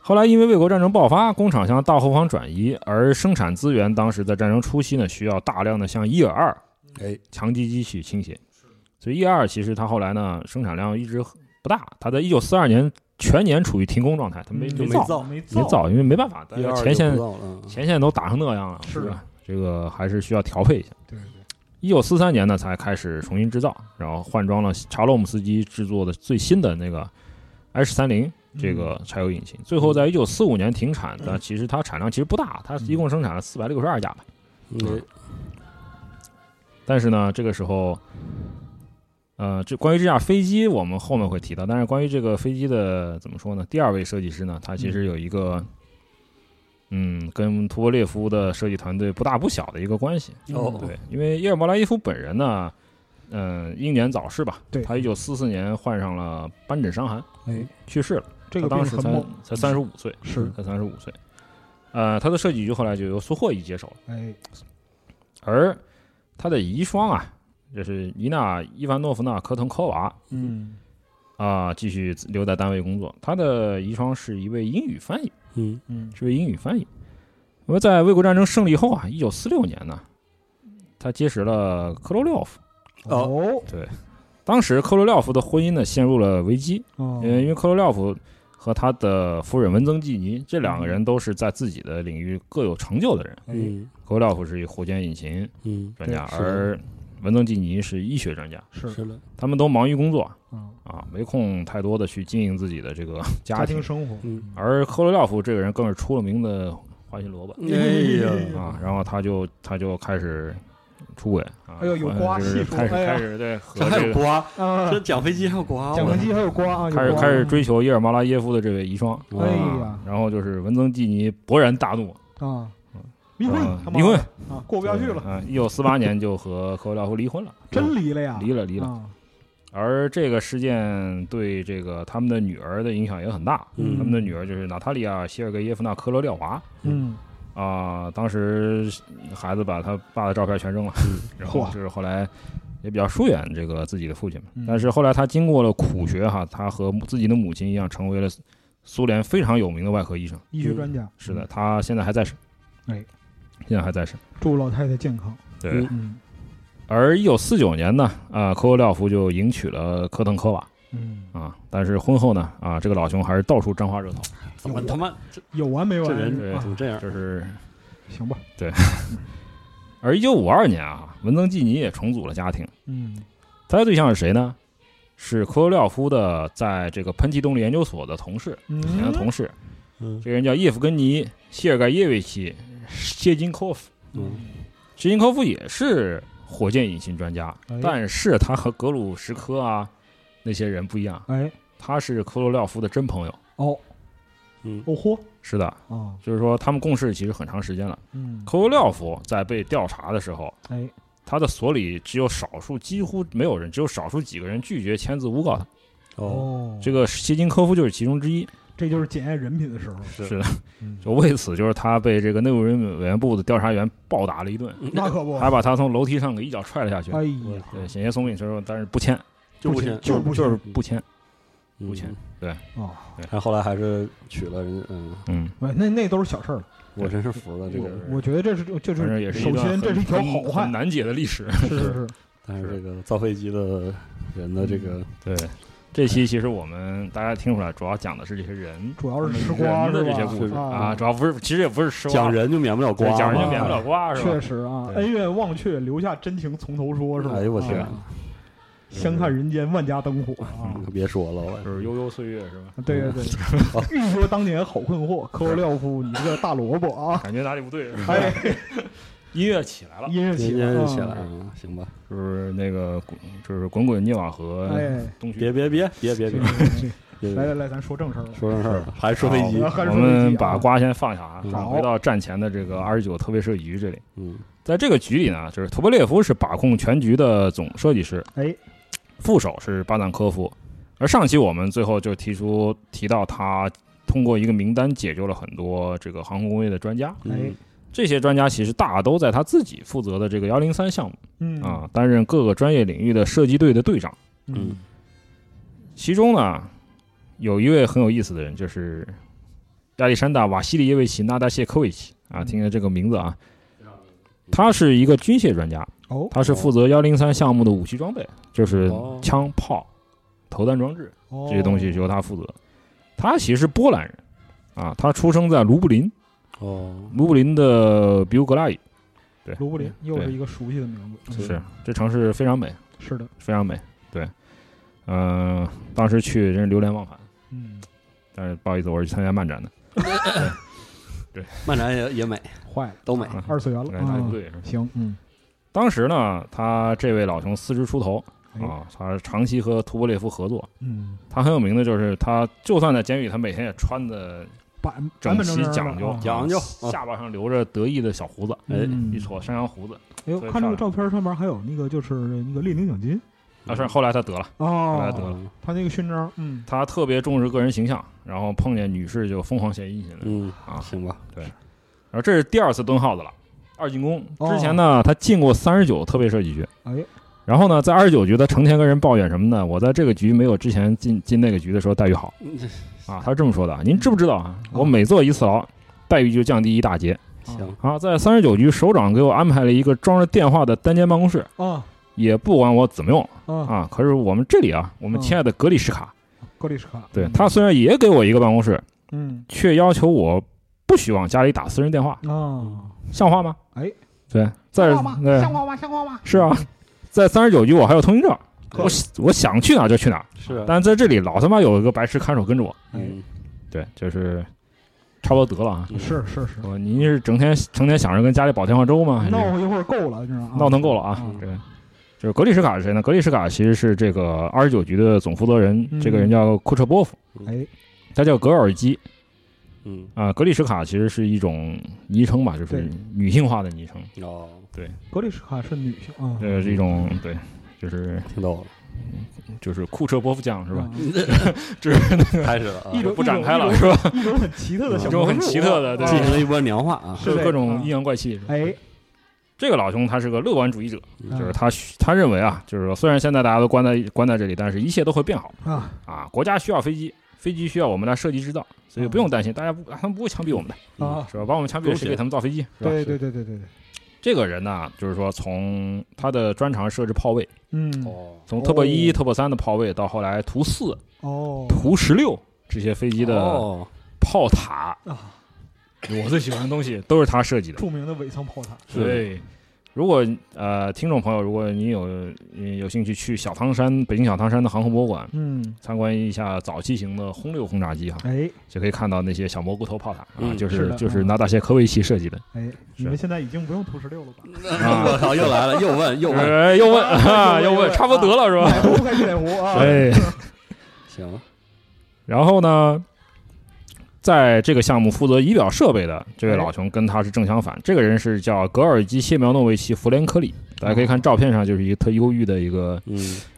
S5: 后来因为卫国战争爆发，工厂向大后方转移，而生产资源当时在战争初期呢，需要大量的像伊尔二
S3: 哎，
S5: 强基机去倾斜。所以 E 二其实它后来呢生产量一直不大，它在一九四二年全年处于停工状态，它没
S4: 嗯
S3: 就没
S5: 造
S3: 造
S4: 没造
S5: 没造，因为没办法，大
S3: 一
S5: 家
S3: 二
S5: 前线
S3: 就不到了，啊
S5: 前线都打成那样了，
S4: 是
S5: 是吧？这个还是需要调配一下。
S4: 对对，
S5: 一九四三年呢，才开始重新制造，然后换装了查洛姆斯基制作的最新的那个 H 三零
S4: 嗯
S5: 这个柴油引擎。最后在一九四五年停产的，其实它产量其实不大，它
S4: 嗯
S5: 一共生产了四百六十二架吧。
S3: 嗯哎
S5: 但是呢，这个时候，呃，这关于这架飞机我们后面会提到，但是关于这个飞机的怎么说呢？第二位设计师呢，他其实有一个，嗯，跟图波列夫的设计团队不大不小的一个关系。
S3: 哦
S5: 对，因为伊尔莫拉耶夫本人呢，嗯、英年早逝吧，
S4: 对
S5: 他一九四四年患上了斑疹伤寒，
S4: 哎，
S5: 去世了，
S4: 这个
S5: 他
S4: 病
S5: 当时
S4: 很
S5: 才嗯
S4: 猛，
S5: 才三十五岁，
S4: 是
S5: 才三十五岁。呃，他的设计就后来就由苏霍伊接手了，
S4: 哎，
S5: 而他的遗孀啊，就是伊娜伊凡诺夫娜科腾科娃
S4: 嗯，
S5: 啊、继续留在单位工作。他的遗孀是一位英语翻译，
S3: 嗯
S4: 嗯，
S5: 是位英语翻译。那么在卫国战争胜利后啊，一九四六年呢，他结识了克罗廖夫。
S4: 哦，
S5: 当时克罗廖夫的婚姻呢陷入了危机，
S4: 哦
S5: 因为因为克罗廖夫和他的夫人文曾季尼这两个人都是在自己的领域各有成就的人。
S4: 哎
S3: 嗯
S5: 克罗廖夫是一火箭引擎
S3: 嗯，
S5: 专家，
S3: 对是的
S5: 而文曾季尼是医学专家，
S4: 是
S3: 是 [laughs] 的，
S5: 他们都忙于工作
S4: 嗯，
S5: 啊，没空太多的去经营自己的这个
S4: 家
S5: 家
S4: 庭
S5: 庭。
S4: 生活，
S3: 嗯
S5: 而克罗廖夫这个人更是出了名的花心萝卜
S3: 哎呀，
S5: 啊，然后他就他就开始出轨啊，
S4: 哎呦有
S5: 好像
S4: 瓜
S5: 就
S4: 戏
S5: 是
S4: 说
S5: 开始
S4: 哎呀
S5: 开始对和
S3: [laughs] 这还
S5: 这
S3: 有
S5: 个
S3: 瓜，
S4: 啊
S3: [laughs] 这，讲飞机还有瓜，哦
S4: 讲飞
S3: 我
S4: 机还有瓜啊，有
S5: 开始
S4: 瓜
S5: 开始，追求伊尔马拉耶夫的这位遗孀，
S4: 哎
S5: 啊
S4: 呀，
S5: 然后就是文曾季尼勃然大怒，
S4: 啊，离婚
S5: 啊，
S4: 他妈
S5: 离婚
S4: 的啊，过不下去了，
S5: 啊！一九四八年就和 [laughs] 科廖夫离婚了，
S4: 真离了呀，
S5: 离了离了。
S4: 啊，
S5: 而这个事件对这个他们的女儿的影响也很大，
S3: 嗯
S5: 他们的女儿就是娜塔莉亚·希尔格耶夫娜·科罗廖娃
S4: 嗯，
S5: 啊，当时孩子把他爸的照片全扔了，
S4: 嗯
S5: [laughs] 然后
S4: 嚯
S5: 就是后来。也比较疏远这个自己的父亲嘛，
S4: 嗯
S5: 但是后来他经过了苦学哈，他和自己的母亲一样，成为了苏联非常有名的外科医生。
S4: 医学专家，
S5: 是的，，他现在还在世，
S4: 嗯哎，
S5: 现在还在世。
S4: 祝老太太健康，
S5: 对
S3: 嗯
S4: 嗯
S5: 而一九四九年呢，啊，科罗廖夫就迎娶了科腾科娃
S4: 嗯，
S5: 啊，但是婚后呢，啊，这个老兄还是到处沾花惹草，
S3: 怎么他妈这
S4: 有完没完？
S3: 这人
S5: 对
S4: 啊
S3: 怎么这样？
S5: 就是。
S4: 行吧，
S5: 而一九五二年啊，文曾季尼也重组了家庭，
S4: 嗯，
S5: 他的对象是谁呢？是科罗廖夫的在这个喷气动力研究所的同事，以前的
S4: 嗯，
S5: 同事，
S3: 嗯
S5: 这个人叫叶夫根尼·谢尔盖耶维奇·谢金科夫。
S3: 嗯，
S5: 谢金科夫也是火箭引擎专家
S4: 哎，
S5: 但是他和格鲁什科啊那些人不一样，
S4: 哎，
S5: 他是科罗廖夫的真朋友。
S4: 哦
S3: 嗯
S4: 哦豁
S5: 是的，
S4: 啊，
S5: 就是说他们共事其实很长时间了。
S4: 嗯，
S5: 科罗廖夫在被调查的时候，
S4: 哎，
S5: 他的所里只有少数，几乎没有人，只有少数几个人拒绝签字诬告他。
S3: 哦，
S4: 哦，
S5: 这个谢金科夫就是其中之一。
S4: 这就是检验人品的时候，
S5: 是的，
S4: 嗯
S5: 就为此，就是他被这个内务人委员部的调查员暴打了一顿，
S4: 那可不，
S5: 还把他从楼梯上给一脚踹了下去。
S4: 哎
S3: 我
S4: 呀，
S5: 对，险些松饼时候，但是不签，
S3: 就
S4: 不
S3: 不
S4: 行
S3: 签，
S4: 就是不签
S5: 就是不签。不签
S3: 嗯，
S4: 啊，
S3: 还后来还是娶了人家，嗯，
S5: 嗯，
S4: 喂那那都是小事儿了，
S3: 我真是服了这个人，
S4: 我觉得这是就
S5: 反正也
S4: 是，
S5: 是
S4: 首
S5: 一段
S4: 先这是一条
S5: 很
S4: 好
S5: 很
S4: 汉，
S5: 难解的历史。 [laughs]
S4: 是是是，
S3: 但是这个造飞机的人的这个，
S5: 对，这期其实我们大家听出来，主要讲的是这些人
S4: 主要是吃瓜
S5: 人的这些
S4: 是
S5: 故事
S4: 吧？
S5: 啊，，主要不是，其实也不是奢望
S3: 讲人就免不了瓜
S5: 嗯对，
S3: 嘛，
S5: 讲人就免不了瓜是吧
S4: 确？实啊，
S5: 对
S4: 恩怨忘却，留下真情从头说，是吧？
S3: 哎呦我天
S4: 啊，
S5: 嗯
S4: 相看人间万家灯火啊！
S3: 可别说了，我
S5: 嗯就是悠悠岁月是吧？
S4: 对对对，
S3: 嗯
S4: [laughs] 欲说当年好困惑，科罗廖夫，你这个大萝卜啊！
S5: 感觉哪里不对？是吧
S4: 哎，
S5: 音乐起来了，
S4: 音乐起
S3: 今
S4: 来啊
S3: 天
S4: 了，
S3: 就嗯
S5: 嗯
S3: 起来了，行吧，
S5: 就是那个滚就是滚滚涅瓦河
S4: 哎，
S3: 别
S5: 东区。
S3: 别别别别别
S4: 这个这个
S3: 别
S4: 来来
S3: 别，
S4: 来，咱说正事儿了。
S3: 说正事儿了，还是嗯说飞机
S4: 好，还是
S5: 我
S4: 说飞机啊
S5: 们把瓜先放下啊，
S3: 嗯
S5: 转回到战前的这个二十九特别设计局这里。
S3: 嗯
S5: 在这个局里呢，就是图波列夫是把控全局的总设计师，
S4: 哎，
S5: 副手是巴赞科夫。而上期我们最后就提出提到他通过一个名单解救了很多这个航空工业的专家，
S3: 嗯
S5: 这些专家其实大都在他自己负责的这个幺零三项目
S4: 嗯
S5: 啊，担任各个专业领域的射击队的队长。
S4: 嗯，
S5: 其中呢，有一位很有意思的人，就是亚历山大·瓦西里耶维奇·纳达谢科维奇啊，
S4: 嗯
S5: 听着这个名字啊，他是一个军械专家，
S4: 哦，
S5: 他是负责幺零三项目的武器装备，就是
S3: 哦
S5: 枪炮、投弹装置
S4: 哦
S5: 这些东西，由他负责。他其实是波兰人啊，他出生在卢布林，
S3: 哦，
S5: 卢布林的比乌格拉伊，对，
S4: 哦卢布林又是
S5: 对
S4: 一个熟悉的名字，嗯
S5: 是这城市非常美，
S4: 是的，
S5: 非常美。对，嗯、当时去真是流连忘返，
S4: 嗯，
S5: 但是不好意思，我是去参加漫展的，
S3: 漫展也也美，
S4: 坏了，
S3: 都美。
S5: 啊
S4: 二次元了，
S5: 来来
S4: 啊
S5: 不对。
S4: 行，嗯，
S5: 当时呢，他这位老兄四十出头
S4: 哎
S5: 啊，他长期和图波列夫合作。
S4: 嗯，
S5: 他很有名的就是他，就算在监狱，他每天也穿的
S4: 版版
S5: 整
S4: 本
S5: 齐
S4: 正
S5: 讲究，
S4: 讲，
S3: 讲究啊
S5: 下巴上留着得意的小胡子，
S3: 哎
S4: 嗯
S5: 一撮山羊胡子。
S4: 哎呦，
S5: 特别
S4: 看这
S5: 漂
S4: 个
S5: 亮
S4: 照片上面还有那个就是那个列宁奖金
S5: 但啊是后来他得了，后来得
S3: 嗯
S4: 哦，
S5: 了。
S4: 他那个勋章，嗯，
S5: 他特别重视个人形象，然后碰见女士就疯狂献殷勤了。
S3: 嗯
S5: 啊
S3: 行吧，
S5: 然后这是第二次蹲耗子了，二进宫
S4: 哦
S5: 之前呢，他进过三十九特备射击局。
S4: 哎，
S5: 然后呢，在二十九局，他成天跟人抱怨什么呢？我在这个局没有之前进进那个局的时候待遇好
S3: 嗯
S5: 啊。他是这么说的，您知不知道啊？
S4: 嗯
S5: 我每坐一次牢，待遇就降低一大截
S3: 行，
S5: 啊。在三十九局，首长给我安排了一个装着电话的单间办公室，
S4: 啊
S5: 也不管我怎么用
S4: 啊，嗯
S5: 啊。可是我们这里啊，我们亲爱的格里什卡，
S4: 格里什卡，
S5: 对
S4: 嗯
S5: 他，虽然也给我一个办公室，
S4: 嗯
S5: 却要求我不许往家里打私人电话，
S4: 啊，
S5: 像话吗？
S4: 哎，
S5: 对，在
S4: 像话吗？
S5: 嗯对
S4: 像话吗？像话吗？嗯
S5: 是啊，在三十九局我还有通行证，
S3: 对
S5: 我我想去哪儿就去哪儿。
S3: 是啊，
S5: 但在这里老他妈有一个白痴看守跟着我，
S4: 哎，
S3: 嗯，
S5: 对，就是差不多得了啊。
S3: 嗯
S4: 是是是，
S5: 我您是整天成天想着跟家里保电话粥吗？还是
S4: 闹一会儿够了，你知道吗？
S5: 哎闹腾够了啊？
S4: 啊
S5: 对，就是格里什卡是谁呢？格里什卡其实是这个二十九局的总负责人，
S4: 嗯
S5: 这个人叫库彻波夫，
S4: 哎，
S5: 他叫格尔基
S3: 嗯，
S5: 啊、格里什卡其实是一种昵称吧，就是
S4: 对
S5: 女性化的昵称，
S3: 哦，
S4: 格里什卡是女性啊，
S5: 呃，是一种对，就是
S3: 听懂了，
S5: 就是库彻波夫酱是吧？
S4: 啊？
S3: [laughs] 开始了啊，
S4: 一种
S5: 不展
S4: [laughs]
S5: 开了
S4: 一
S5: 是吧？
S4: 一种很奇特的小
S5: 这种很
S4: 魔术
S5: 奇特的对
S4: 啊
S3: 进行了一波娘化啊，
S5: [laughs] 就是
S4: 的
S5: 各种
S4: 啊
S5: 阴阳怪气。是吧
S4: 哎，
S5: 这个老兄他是个乐观主义者，
S4: 啊
S5: 就是他他认为啊，就是说虽然现在大家都关在关在这里，但是一切都会变好
S4: 啊，
S5: 啊。国家需要飞机，飞机需要我们来设计制造，所以不用担心，大家不他们不会枪毙我们的，
S4: 啊，
S5: 是吧？把我们枪毙了，谁给他们造飞机？嗯是吧？
S4: 对对对对对对，
S5: 这个人呢，就是说从他的专长设置炮位，
S4: 嗯，
S3: 哦，
S5: 从特波一、
S4: 哦
S5: 特波三的炮位，到后来图四、
S4: 哦，
S5: 图十六这些飞机的
S3: 哦，
S5: 炮塔，
S4: 啊，
S5: 我最喜欢的东西都是他设计的。
S4: 著名的尾仓炮塔，
S3: 是
S5: 对，如果呃，听众朋友，如果你有你有兴趣去小汤山，北京小汤山的航空博物馆
S4: 嗯，
S5: 参观一下早期型的轰六轰炸机哈，
S4: 哎
S5: 就可以看到那些小蘑菇头炮塔啊，
S3: 嗯
S5: 就是
S4: 的
S5: 就是
S4: 嗯
S5: 纳大谢科维奇设计的。
S4: 哎，你们现在已经不用图十六了吧？
S5: 啊
S3: [laughs] 我靠，又来了，又问又问，
S5: 哎，又问
S4: 啊
S5: 啊，又
S4: 又
S5: 问，
S4: 问
S5: 差不多得了是吧？
S4: 哪壶该去哪壶啊？
S5: [laughs] 哎，
S3: 行，
S5: 然后呢？在这个项目负责仪表设备的这位老兄跟他是正相反，这个人是叫格尔基谢苗诺维奇·弗连科里，大家可以看照片上就是一个特忧郁的一个
S3: 嗯，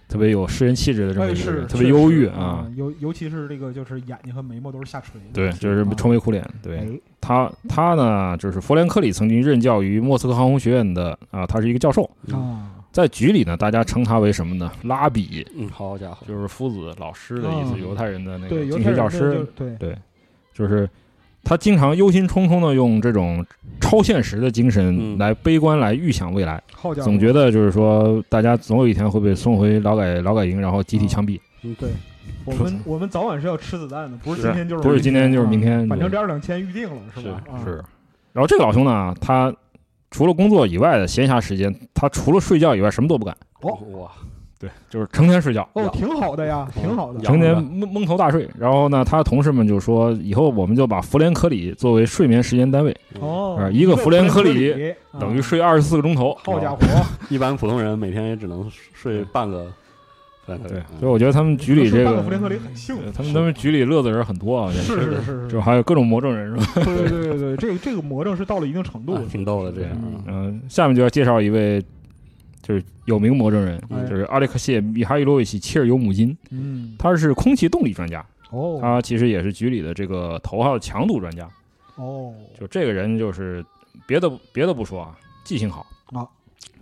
S5: 特别有诗人气质的这么
S4: 哎
S5: 一个人，
S4: 是
S5: 特别忧郁
S4: 是是嗯
S5: 啊。
S4: 尤尤其是这个就是眼睛和眉毛都是下垂的，啊
S5: 对，就是愁眉苦脸。对
S4: 嗯哎，
S5: 他，他呢，就是弗兰克里曾经任教于莫斯科航空学院的啊，他是一个教授。
S4: 啊，
S5: 在局里呢，大家称他为什么呢？拉比，
S3: 嗯，好家伙，
S5: 就是夫子、老师的意思，
S4: 嗯
S5: 犹太人的那个
S4: 对，
S5: 进学教
S4: 有点
S5: 师
S4: 儿，对，
S5: 对，就是他经常忧心忡忡的用这种超现实的精神
S3: 嗯
S5: 来悲观来预想未来，
S4: 好家伙，
S5: 总觉得就是说，大家总有一天会被送回劳改劳改营，然后集体
S4: 嗯
S5: 枪毙。
S3: 嗯，
S4: 对我们我们早晚是要吃子弹的，不是今天就是
S5: 不是今天就是明天
S4: 啊
S5: 对
S4: 嗯反正这二两千预定了是吧？啊
S5: 是。然后这个老兄呢，他除了工作以外的闲暇时间，他除了睡觉以外什么都不干。
S4: 哦
S3: 哇，
S5: 对，就是成天睡觉，
S4: 哦，挺好的
S5: 嗯
S4: 呀，挺好的，
S3: 养
S5: 成天
S3: 着
S5: 蒙蒙头大睡。然后呢，他的同事们就说，以后我们就把弗连科里作为睡眠时间单位，
S3: 嗯
S4: 哦
S5: 啊，一个弗连科里
S4: 里
S5: 等于，睡二十四个钟头
S4: 啊。好
S5: [laughs]
S4: 家伙，
S3: 一般普通人每天也只能睡半个，半个，
S5: 对，
S3: 嗯
S5: 所以我觉得他们局里这
S4: 半
S5: 个
S4: 个弗，连科里很幸
S5: 对
S4: 福，
S5: 他们他们局里乐子人很多啊，
S4: 是是是，
S5: [laughs] 就是还有各种魔怔人是吧？
S4: 对对对对对，这个这个魔怔是到了一定程度
S3: 啊，挺逗的这样啊，
S5: 嗯，下面就要介绍一位。就是有名魔怔人，
S4: 哎
S5: 就是阿列克谢·米哈伊洛维奇·切尔尤姆金，
S4: 嗯，
S5: 他是空气动力专家，
S4: 哦
S5: 他其实也是局里的这个头号强度专家。
S4: 哦，
S5: 就这个人，就是别的别的不说啊，记性好
S4: 啊，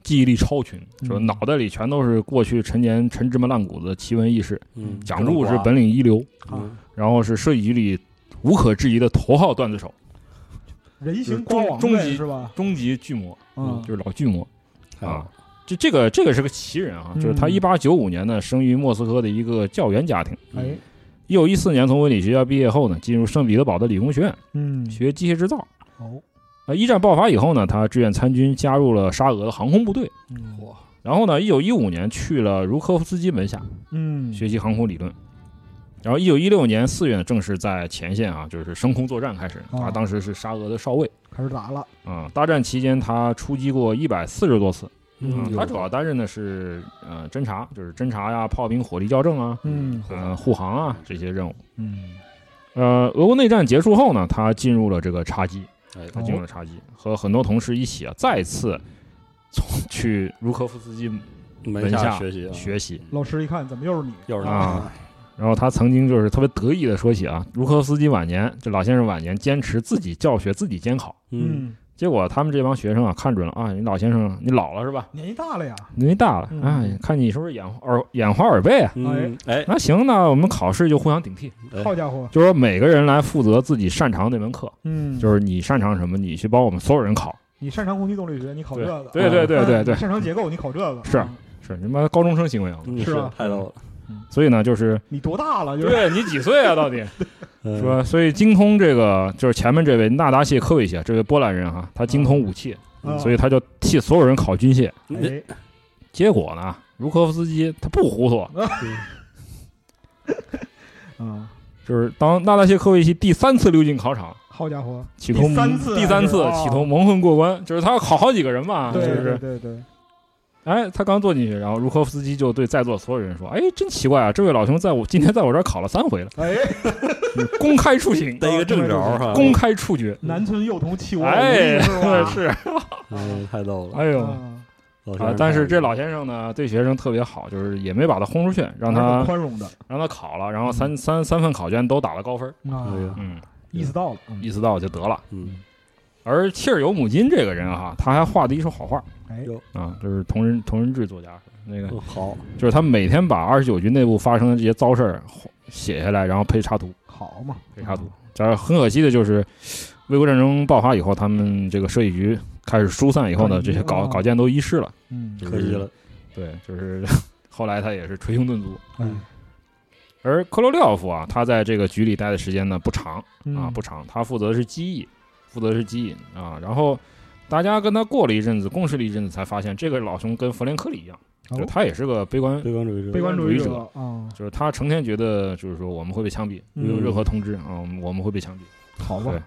S5: 记忆力超群，
S4: 嗯
S5: 说脑袋里全都是过去陈年陈芝麻烂谷子的奇闻异事，
S3: 嗯，
S5: 讲述是本领一流，
S3: 嗯
S5: 然后是设计局里无可置疑的头号段子手。
S4: 人形
S5: 就是
S4: 光
S5: 终
S4: 王
S5: 终
S4: 呗
S5: 极
S4: 是吧？
S5: 终极巨魔，
S4: 嗯
S5: 就是老巨魔
S3: 太好
S5: 啊
S3: 了。
S5: 这这个这个是个奇人啊，就是他
S4: 嗯
S5: 一八九五年呢，生于莫斯科的一个教员家庭。
S4: 哎，
S5: 一九一四年从文理学校毕业后呢，进入圣彼得堡的理工学院
S4: 嗯，哦
S5: 学机械制造。
S4: 好，
S5: 呃，一战爆发以后呢，他志愿参军，加入了沙俄的航空部队。
S4: 嗯
S3: 哇
S5: 然后呢，一九一五年去了茹科夫斯基门下
S4: 嗯，
S5: 学习航空理论。然后一九一六年四月呢，正式在前线啊，就是升空作战开始。他
S4: 哦
S5: 当时是沙俄的少尉
S4: 开始打了，
S5: 啊、大战期间，他出击过一百四十多次。啊
S4: 嗯
S3: 哎
S5: 他主要担任的是呃侦察，就是侦察呀、炮兵火力校正啊、
S4: 嗯
S5: 呃护航啊这些任务。
S4: 嗯，
S5: 呃，俄乌内战结束后呢，他进入了这个叉机，
S3: 哎，
S5: 他进入了叉机，和很多同事一起啊，再次从去茹科夫斯基
S4: 嗯
S3: 门
S5: 下
S3: 下学习啊，
S5: 学习。
S4: 老师一看，怎么又是你？
S3: 又是
S5: 啊
S3: 他，
S5: 然后他曾经就是特别得意的说起啊，茹科夫斯基晚年，这老先生晚年坚持自己教学、自己监考。
S3: 嗯，
S4: 嗯，
S5: 结果他们这帮学生啊，看准了啊，你老先生你老了是吧？
S4: 年纪大了呀，
S5: 年纪大了，
S4: 嗯
S5: 哎，看你是不是眼耳眼花耳背啊？
S3: 嗯，哎，
S5: 那行，那我们考试就互相顶替，
S3: 哎
S4: 好家伙，
S5: 就是说每个人来负责自己擅长那门课，
S4: 嗯，
S5: 就是你擅长什么，你去帮我们所有人考。
S4: 你擅长空气动力学，你考这个；嗯哎
S5: 对对对对对
S4: 你擅长结构，你考这个。
S5: 是
S4: 嗯
S5: 是你妈高中生行为啊！
S3: 嗯
S4: 是吧
S3: 太逗了，
S5: 所以呢，就是
S4: 你多大了？就是
S5: [laughs] 对你几岁啊？到底
S3: 嗯
S5: [laughs] 说，所以精通这个就是前面这位纳达谢科维奇啊，这位波兰人哈，他精通武器，
S4: 嗯
S5: 所以他就替所有人考军械。
S3: 哎
S4: 哎，
S5: 结果呢，茹科夫斯基他不糊涂，
S4: 嗯，
S5: 就是当纳达谢科维奇第三次溜进考场，
S4: 好家伙，
S5: 企图
S4: 第三次啊
S5: 第三次
S4: 这是哦
S5: 企图蒙混过关，就是他要考好几个人嘛，啊就
S4: 对
S5: 是
S4: 对对对，
S5: 哎，他刚坐进去，然后茹科夫斯基就对在座所有人说：“哎，真奇怪啊，这位老兄在我今天在我这儿考了三 [laughs] 回了，
S4: 哎，
S5: 公开处 [laughs] 刑，
S3: 逮一个正着哈，
S5: 公开处决。
S4: 南村幼童弃我武力
S5: 哎，
S4: 是吧？
S5: 是，
S3: 嗯，太逗了，
S5: 哎呦
S4: 嗯
S3: 老先
S5: 啊
S3: 生！
S5: 但是这老先生呢，对学生特别好，就是也没把他啊轰出嗯去，让
S4: 还
S5: 他
S4: 是宽容的啊
S5: 让他考了，然后三三三份考卷都打了高分，
S3: 哎
S4: 啊，
S3: 呀，
S5: 嗯，
S4: 意思到了，嗯
S5: 意识到就得了。
S3: 嗯，
S5: 而切尔尤姆金这个人啊，他还画的一手好画
S4: 哎，
S5: 啊，就是同人同人志作家，那个
S3: 哦好，
S5: 就是他每天把二十九军内部发生的这些糟事儿写下来，然后配插图。
S4: 好嘛，
S5: 被杀毒。但是很可惜的就是，卫国战争爆发以后，他们这个设计局开始疏散以后呢，这些稿
S4: 嗯
S5: 稿件都遗失了。
S4: 嗯，
S5: 就是
S3: 可惜了，
S5: 对，就是 [laughs] 后来他也是捶胸顿足。
S4: 哎
S5: 而克罗廖夫啊，他在这个局里待的时间呢不长啊，
S4: 嗯
S5: 不长，他负责的是机翼，负责的是机翼啊。然后大家跟他过了一阵子，共事了一阵子，才发现这个老兄跟弗连克里一样，
S4: 哦
S5: 就他也是个悲观，
S3: 悲观主义者，
S4: 悲观
S5: 主
S4: 主
S5: 义
S4: 义
S5: 者
S4: 者啊，
S5: 就是他成天觉得就是说我们会被枪毙，
S4: 嗯
S5: 没有任何通知啊，我们会被枪毙。
S4: 好
S5: 对
S4: 吧，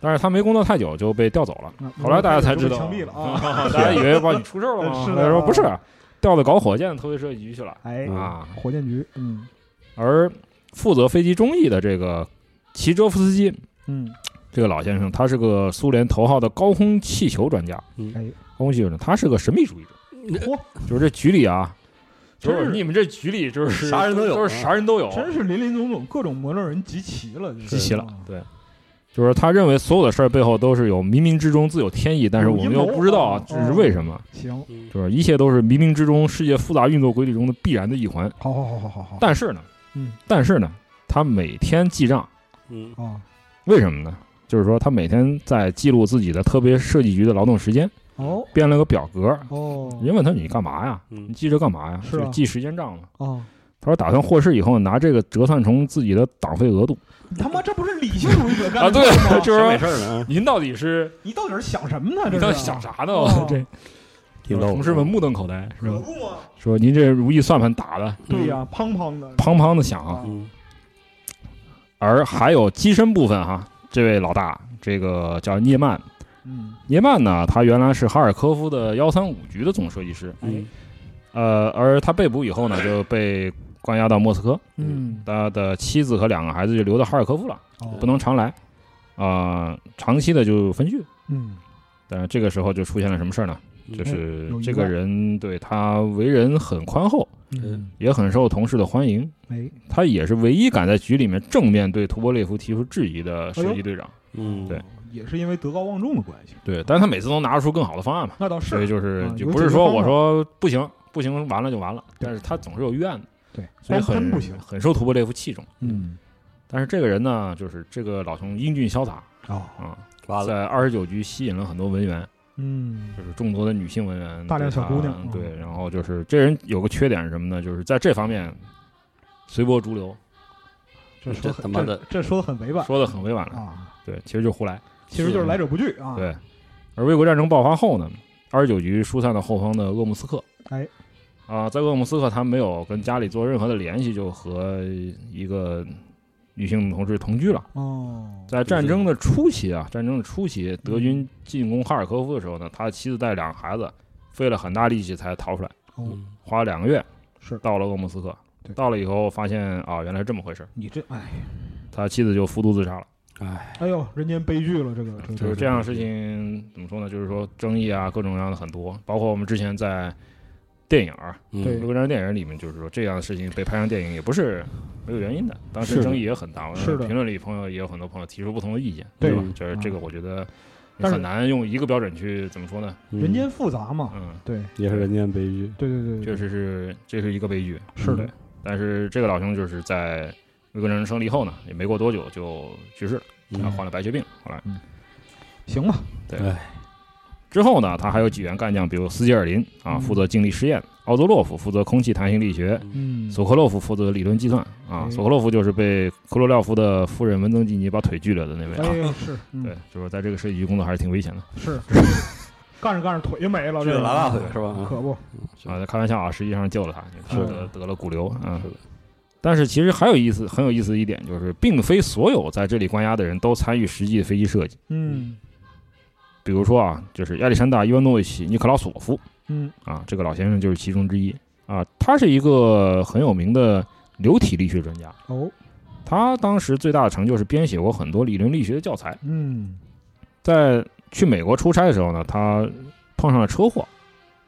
S5: 但是他没工作太久就被调走了。
S4: 嗯
S5: 后来大家才知道
S4: 有被枪毙了啊，
S5: 啊，大家以为把你出事儿了吗？
S4: 是的
S5: 他说不是，调到搞火箭的特别设计局去了
S4: 哎，
S3: 嗯
S5: 啊。
S4: 火箭局，嗯
S5: 而负责飞机中翼的这个齐哲夫斯基
S4: 嗯，
S5: 这个老先生，他是个苏联头号的高空气球专家，
S3: 嗯
S4: 哎，
S5: 高空气球专家，他是个神秘主义者，
S4: 嚯，
S5: 就是这局里啊，就
S4: 真
S5: 是
S4: 是
S5: 你们这局里就是
S3: 啥人都有
S5: 都是啥人都有，
S4: 真是林林总总，各种摩洛人集齐了，啊
S5: 集
S4: 集
S5: 齐了，对。就是他认为所有的事儿背后都是有冥冥之中自有天意，但是
S4: 有
S5: 我们
S4: 阴
S5: 又
S4: 谋
S5: 不知道啊
S4: 哦
S5: 这是为什么，
S4: 行，
S3: 嗯
S5: 就是一切都是冥冥之中世界复杂运作规律中的必然的一环。
S4: 好好好好好好，
S5: 但是呢，
S4: 嗯，
S5: 但是呢，他每天记账，
S3: 嗯，
S4: 啊
S5: 为什么呢？就是说他每天在记录自己的特别设计局的劳动时间，
S4: 哦
S5: 编了个表格。
S4: 哦
S5: 人问他你干嘛呀？
S3: 嗯
S5: 你记这干嘛呀？
S4: 是啊
S5: 就记时间账嘛。
S4: 哦，
S5: 他说打算获释以后拿这个折算成自己的党费额度
S4: 你他妈这不是理性主义者
S5: 啊。
S4: 干的
S5: 对
S4: 事儿，吗？
S5: 就是
S3: 想美
S5: 说
S3: 事儿呢，啊
S5: 您到底是
S4: 你到底是想什么呢？
S5: 你
S4: 这
S5: 到底
S4: 是
S5: 想啥呢？
S4: 哦
S5: 这嗯
S3: 挺逗的，
S5: 同事们目瞪口呆，是
S4: 可
S5: 吧？
S4: 不嘛？
S5: 说您这如意算盘打的
S4: 对呀，砰砰的，
S5: 砰砰的响啊。
S3: 嗯，
S5: 而还有机身部分哈，这位老大，这个叫涅曼，
S4: 嗯
S5: 涅曼呢，他原来是哈尔科夫的幺三五局的总设计师，
S3: 嗯，
S5: 呃，而他被捕以后呢，就被关押到莫斯科，
S4: 嗯，
S5: 他的妻子和两个孩子就留到哈尔科夫了，
S4: 哦
S5: 不能常来，啊、长期的就分居。
S4: 嗯
S5: 但是这个时候就出现了什么事儿呢？就是
S4: 有意外
S5: 这个人对他为人很宽厚，
S4: 嗯，
S5: 也很受同事的欢迎。
S4: 哎，
S5: 他也是唯一敢在局里面正面对图波列夫提出质疑
S4: 哎
S5: 的设计队长。
S3: 嗯，
S5: 对，
S4: 也是因为德高望重的关系，
S5: 对，但是他每次都拿出更好的方案嘛，
S4: 那倒
S5: 所以
S4: 是，
S5: 就是
S4: 啊有
S5: 就不是
S4: 解决
S5: 说
S4: 方
S5: 我
S4: 案
S5: 说不行不行，完了就完了，
S4: 对
S5: 但是他总是有怨的，
S4: 对，
S5: 所以
S4: 光
S5: 很
S4: 喷不行，
S5: 很受图波列夫器重。
S4: 嗯，
S5: 但是这个人呢，就是这个老兄英俊潇洒
S4: 哦，
S5: 啊，
S3: 完了，
S5: 在二十九局吸引了很多文员，
S4: 嗯，
S5: 就是众多的女性文员，
S4: 大量小姑娘嗯
S5: 对他对，然后就是这人有个缺点是什么呢？就是在这方面随波逐流，
S4: 这
S3: 这
S4: 说
S3: 他妈的
S4: 这这说的很委婉
S5: 说的很委婉了，
S4: 啊，
S5: 对，其实就胡来，
S4: 其实就是来者不拒啊。
S5: 对。而卫国战争爆发后呢，二十九局疏散了后方的鄂木斯克，
S4: 哎，
S5: 啊，在鄂木斯克他没有跟家里做任何的联系，就和一个女性同志同居了。
S4: 哦，
S5: 在战争的初期啊，战争的初期，德军进攻哈尔科夫的时候呢，他的妻子带两个孩子，费了很大力气才逃出来，
S4: 哦，
S3: 嗯
S5: 花了两个月，
S4: 是
S5: 到了鄂木斯克
S4: 对。
S5: 到了以后，发现啊，原来是这么回事，
S4: 你这哎，
S5: 他妻子就服毒自杀了。
S3: 哎，
S4: 哎呦，人间悲剧了，这个这
S5: 就
S4: 个
S5: 是这样的事情怎么说呢？就是说争议啊，各种各样的很多，包括我们之前在电影儿
S3: 嗯
S4: 对
S5: 《六个战电影里面，就是说这样的事情被拍成电影也不是没有原因的，当时
S3: 是的
S5: 争议也很大。我
S4: 是的
S5: 评论里朋友也有很多朋友提出不同的意见，
S4: 对
S5: 吧
S3: 嗯？
S5: 就是这个，我觉得你
S4: 但是啊
S5: 很难用一个标准去怎么说呢？
S3: 嗯
S4: 人间复杂嘛，
S5: 嗯，
S4: 对
S3: 也是人间悲剧，
S4: 对对对，
S5: 确
S4: 对
S5: 实是这是一个悲剧。
S4: 是
S5: 嗯
S4: 的，
S5: 但是这个老兄就是在维克人胜利后呢，也没过多久就去世了，他
S3: 嗯
S5: 患了白血病。后来
S4: 行吧，
S5: 之后呢，他还有几员干将，比如斯捷尔林啊，
S4: 嗯
S5: 负责静力实验；奥多洛夫负责空气弹性力学，
S4: 嗯，
S5: 索科洛夫负责理论计算啊，
S4: 哎
S5: 索科洛夫就是被科罗廖夫的夫人文登基尼把腿锯了的那位
S4: 哎
S5: 啊。
S4: 呦是，嗯
S5: 对，就是说在这个设计局工作还是挺危险的
S4: 是，干着干着腿就没了，
S3: 去
S4: 这
S3: 拉大腿
S4: 个
S3: 嗯
S4: 嗯
S3: 是吧？嗯
S4: 可不，
S5: 啊。开玩笑啊，实际上救了他，他
S4: 是
S5: 得得了骨瘤啊
S3: 是的。
S5: 但是其实还有意思，很有意思的一点就是，并非所有在这里关押的人都参与实际的飞机设计。
S4: 嗯
S5: 比如说啊，就是亚历山大·伊万诺维奇·尼克劳索夫
S4: 嗯，
S5: 啊，这个老先生就是其中之一啊。他是一个很有名的流体力学专家，
S4: 哦，
S5: 他当时最大的成就是编写过很多理论力学的教材。
S4: 嗯，
S5: 在去美国出差的时候呢，他碰上了车祸，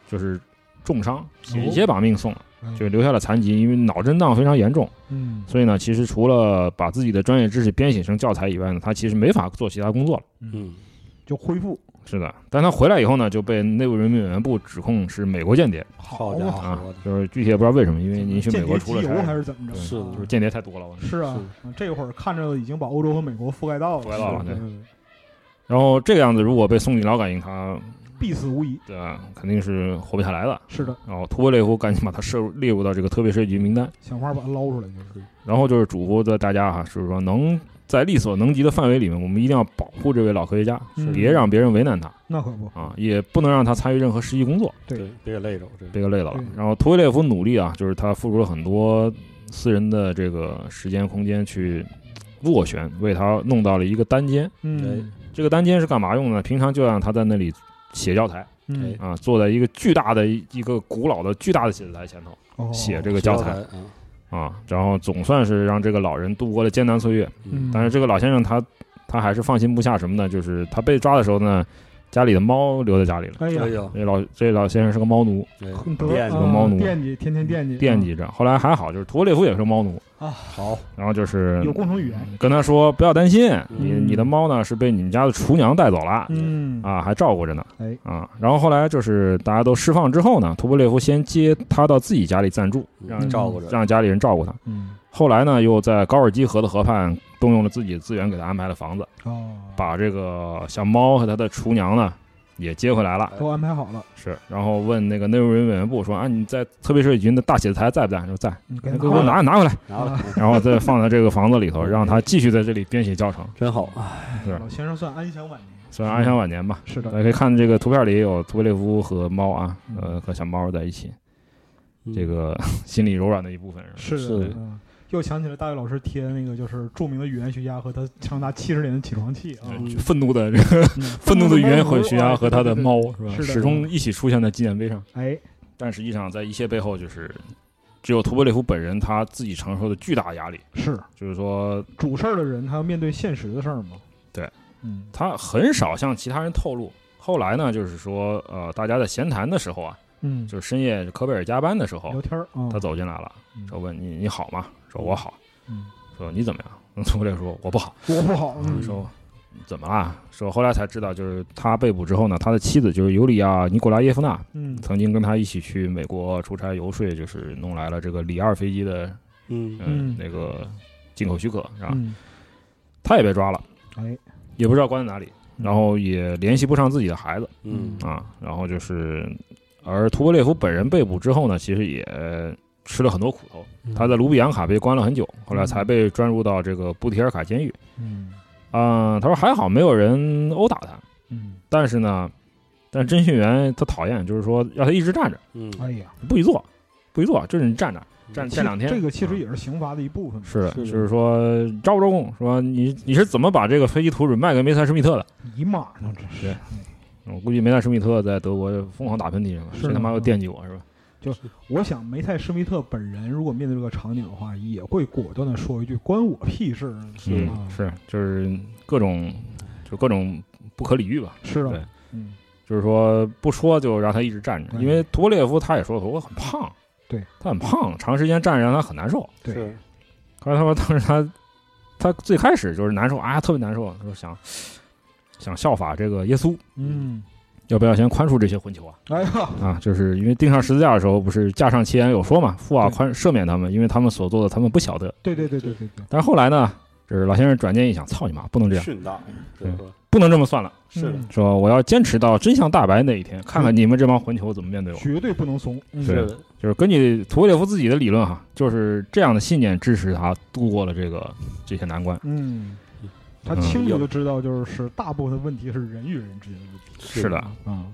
S5: 就是重伤，险些把命送了，
S4: 哎
S5: 就留下了残疾，因为脑震荡非常严重。
S4: 嗯
S5: 所以呢，其实除了把自己的专业知识编写成教材以外呢，他其实没法做其他工作了。
S3: 嗯，
S4: 就恢复，
S5: 是的，但他回来以后呢，就被内部人民委员部指控是美国间谍
S4: 好
S3: 家
S4: 嘛，
S5: 啊
S3: 伙，
S5: 就是具体也不知道为什么，因为您去
S4: 哦
S5: 美
S4: 间
S5: 国
S4: 谍
S5: 出
S4: 集
S5: 了
S4: 邮还
S5: 差，
S4: 是怎么着？啊
S5: 对
S3: 是的
S5: 就是间谍太多了。我
S4: 是啊，这会儿看着已经把欧洲和美国覆盖到了，
S5: 覆盖到了
S4: 是
S5: 对
S4: 对，
S5: 然后这个样子，如果被送进劳改营，他
S4: 必死无疑。
S5: 对吧，肯定是活不下来的。
S4: 是的，
S5: 然后突波列夫赶紧把他设入列入到这个特别设计局名单。
S4: 想法把它捞出来就是。
S5: 然后就是嘱咐的大家哈，就是说能在力所能及的范围里面，我们一定要保护这位老科学家，
S4: 嗯
S5: 别让别人为难他
S4: 那可不，
S5: 啊，也不能让他参与任何实际工作，
S4: 对
S3: 对，别给累着，这
S5: 别给累到了
S4: 对。
S5: 然后图维列夫努力啊，就是他付出了很多私人的这个时间空间去斡旋，为他弄到了一个单间。
S4: 嗯
S5: 这个单间是干嘛用的呢？平常就让他在那里写教材
S4: 嗯，
S5: 啊，坐在一个巨大的一个古老的巨大的写字台前头
S4: 哦
S5: 写这个
S3: 教
S5: 教材
S3: 啊，
S5: 啊，然后总算是让这个老人度过了艰难岁月。
S4: 嗯，
S5: 但是这个老先生他他还是放心不下什么呢？就是他被抓的时候呢，家里的猫留在家里了。
S4: 哎
S3: 哎
S4: 呀，
S3: 呦，
S5: 这老这老先生是个猫奴，
S3: 哎
S4: 得
S3: 练
S5: 个
S4: 啊
S5: 猫奴
S4: 惦记，天天惦记，
S5: 惦记着。后来还好，就是图波列夫也是个猫奴，
S3: 好，
S5: 然后就是
S4: 嗯有共同语言。
S5: 跟他说不要担心，你
S4: 嗯
S5: 你的猫呢是被你们家的厨娘带走了。
S4: 嗯，
S5: 啊，还照顾着呢，
S4: 哎
S5: 啊，然后后来就是大家都释放之后呢，图波列夫先接他到自己家里暂住，让
S3: 人嗯照顾着，
S5: 让家里人照顾他。
S4: 嗯，
S5: 后来呢，又在高尔基河的河畔动用了自己的资源，给他安排了房子，
S4: 哦，
S5: 把这个小猫和他的厨娘呢也接回来了。
S4: 都安排好了，
S5: 是，然后问那个内务人员委员部说啊，你在特别设计局的大写字台在不在？说在，
S4: 你给
S5: 给
S4: 他
S5: 我拿拿回来，
S3: 拿
S4: 啊
S3: 嗯过来，
S5: 然后再放在这个房子里头，让他继续在这里编写教程。
S3: 真好啊，
S5: 是
S4: 老先生算安享晚年。
S5: 虽然安享晚年吧，
S4: 是
S5: 大
S4: 的，
S5: 家可以看这个图片里有图列夫和猫啊，呃，和小猫在一起，
S3: 嗯
S5: 这个 [laughs] 心里柔软的一部分是吧。
S4: 是
S3: 是的
S4: 嗯又想起了大卫老师贴的那个，就是著名的语言学家和他长达七十年的起床气啊，
S5: 对愤怒的这个
S4: 嗯
S5: [laughs] 愤怒的语言和学家和他的猫是吧，
S4: 是的
S5: 始终一起出现在纪念碑上。
S4: 哎，
S5: 但实际上，在一切背后就是只有图波列夫本人他自己承受的巨大压力，
S4: 是
S5: 就是说
S4: 主事儿的人，他要面对现实的事儿嘛。
S5: 对，
S4: 嗯，
S5: 他很少向其他人透露。后来呢，就是说，呃，大家在闲谈的时候啊，
S4: 嗯，
S5: 就是深夜科贝尔加班的时
S4: 聊
S5: 候，
S4: 天儿啊，
S5: 他走进来了，说问你你好吗？说我好，
S4: 嗯，
S5: 说你怎么样？那图波列夫说我不好，
S4: 多不好，嗯
S5: 说怎么啦？说后来才知道，就是他被捕之后呢，他的妻子就是尤里亚·尼古拉耶夫娜，
S4: 嗯，
S5: 曾经跟他一起去美国出差游说，就是弄来了这个里二飞机的，
S3: 嗯
S5: 嗯
S4: 嗯，
S5: 那个进口许可，是吧？
S4: 嗯，
S5: 他也被抓了，
S4: 哎，
S5: 也不知道关在哪里，然后也联系不上自己的孩子
S3: 嗯
S5: 啊。然后就是，而图波列夫本人被捕之后呢，其实也吃了很多苦头。
S4: 嗯
S5: 他在卢比扬卡被关了很久，后来才被转入到这个布提尔卡监狱。
S4: 嗯
S5: 啊、他说还好没有人殴打他，
S4: 嗯，
S5: 但是呢，但是侦讯员他讨厌，就是说让他一直站着，
S3: 嗯
S4: 哎呀，
S5: 不许坐，不许坐，就是你站着，站
S4: 其
S5: 站两天。
S4: 这个其实
S5: 嗯
S4: 也是刑罚的一部分嘛。
S5: 是的，就是是说招不招供，说你你是怎么把这个飞机图纸卖给梅塞施密特的？
S4: 尼玛呢，这是
S5: 对我估计梅塞施密特在德国疯狂打喷嚏是吧？
S4: 是
S5: 谁他妈
S4: 吗
S5: 又惦记我是吧？
S4: 我想梅赛施密特本人如果面对这个场景的话，也会果断的说一句“关我屁事儿”，
S5: 嗯
S4: 吧？
S5: 是，就是各种就各种不可理喻吧。
S4: 是
S5: 对
S4: 的，嗯，
S5: 就是说不说就让他一直站着，
S4: 对
S5: 因为图波列夫他也说过我很胖，
S4: 对
S5: 他很胖，长时间站着让他很难受。
S4: 对
S3: 是
S5: 后来他说当时他他最开始就是难受啊，特别难受，他说想想效法这个耶稣，
S4: 嗯，
S5: 要不要先宽恕这些混球啊？
S4: 哎呀，
S5: 啊，就是因为钉上十字架的时候，不是架上七言有说嘛，父啊
S4: 对
S5: 宽赦免他们，因为他们所做的他们不晓得。
S4: 对对对对对对，
S5: 但是后来呢，就是老先生转念一想，操你妈，不能这样，
S3: 训道，对
S5: 嗯
S3: 说
S5: 不能这么算了，
S3: 是的
S4: 嗯
S5: 说我要坚持到真相大白那一天，看看你们这帮混球怎么面对我。
S4: 绝对不能怂，嗯
S5: 对
S3: 是的，
S5: 就是根据图波列夫自己的理论哈，就是这样的信念支持他度过了这个这些难关。
S4: 嗯，他
S5: 嗯
S4: 清楚的知道，就是大部分问题是人与人之间的问题
S5: 是的，
S4: 啊，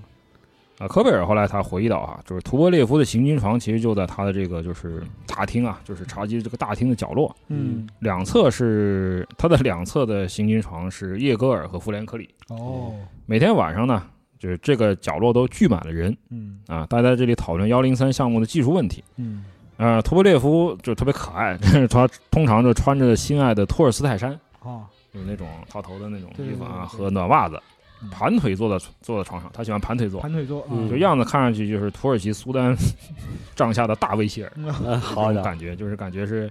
S5: 啊，科贝尔后来他回忆到啊，就是图波列夫的行军床其实就在他的这个就是大厅啊，就是茶几这个大厅的角落，
S4: 嗯，
S5: 两侧是他的两侧的行军床是叶戈尔和弗连克里。
S4: 哦，
S5: 每天晚上呢，就是这个角落都聚满了人
S4: 嗯
S5: 啊，大家在这里讨论幺零三项目的技术问题。
S4: 嗯，
S5: 呃，图波列夫就特别可爱， [laughs] 他通常就穿着心爱的托尔斯泰衫，
S4: 啊，
S5: 就是那种套头的那种衣服
S4: 对对对
S5: 啊，
S4: 对
S5: 和暖袜子
S4: 嗯，
S5: 盘腿坐在坐在床上，他喜欢盘腿坐，
S4: 盘腿坐啊，
S3: 嗯
S5: 就样子看上去就是土耳其苏丹 [laughs] 帐下的大卫希尔，
S3: 嗯好家
S5: 这种
S3: 伙，
S5: 感觉就是感觉是，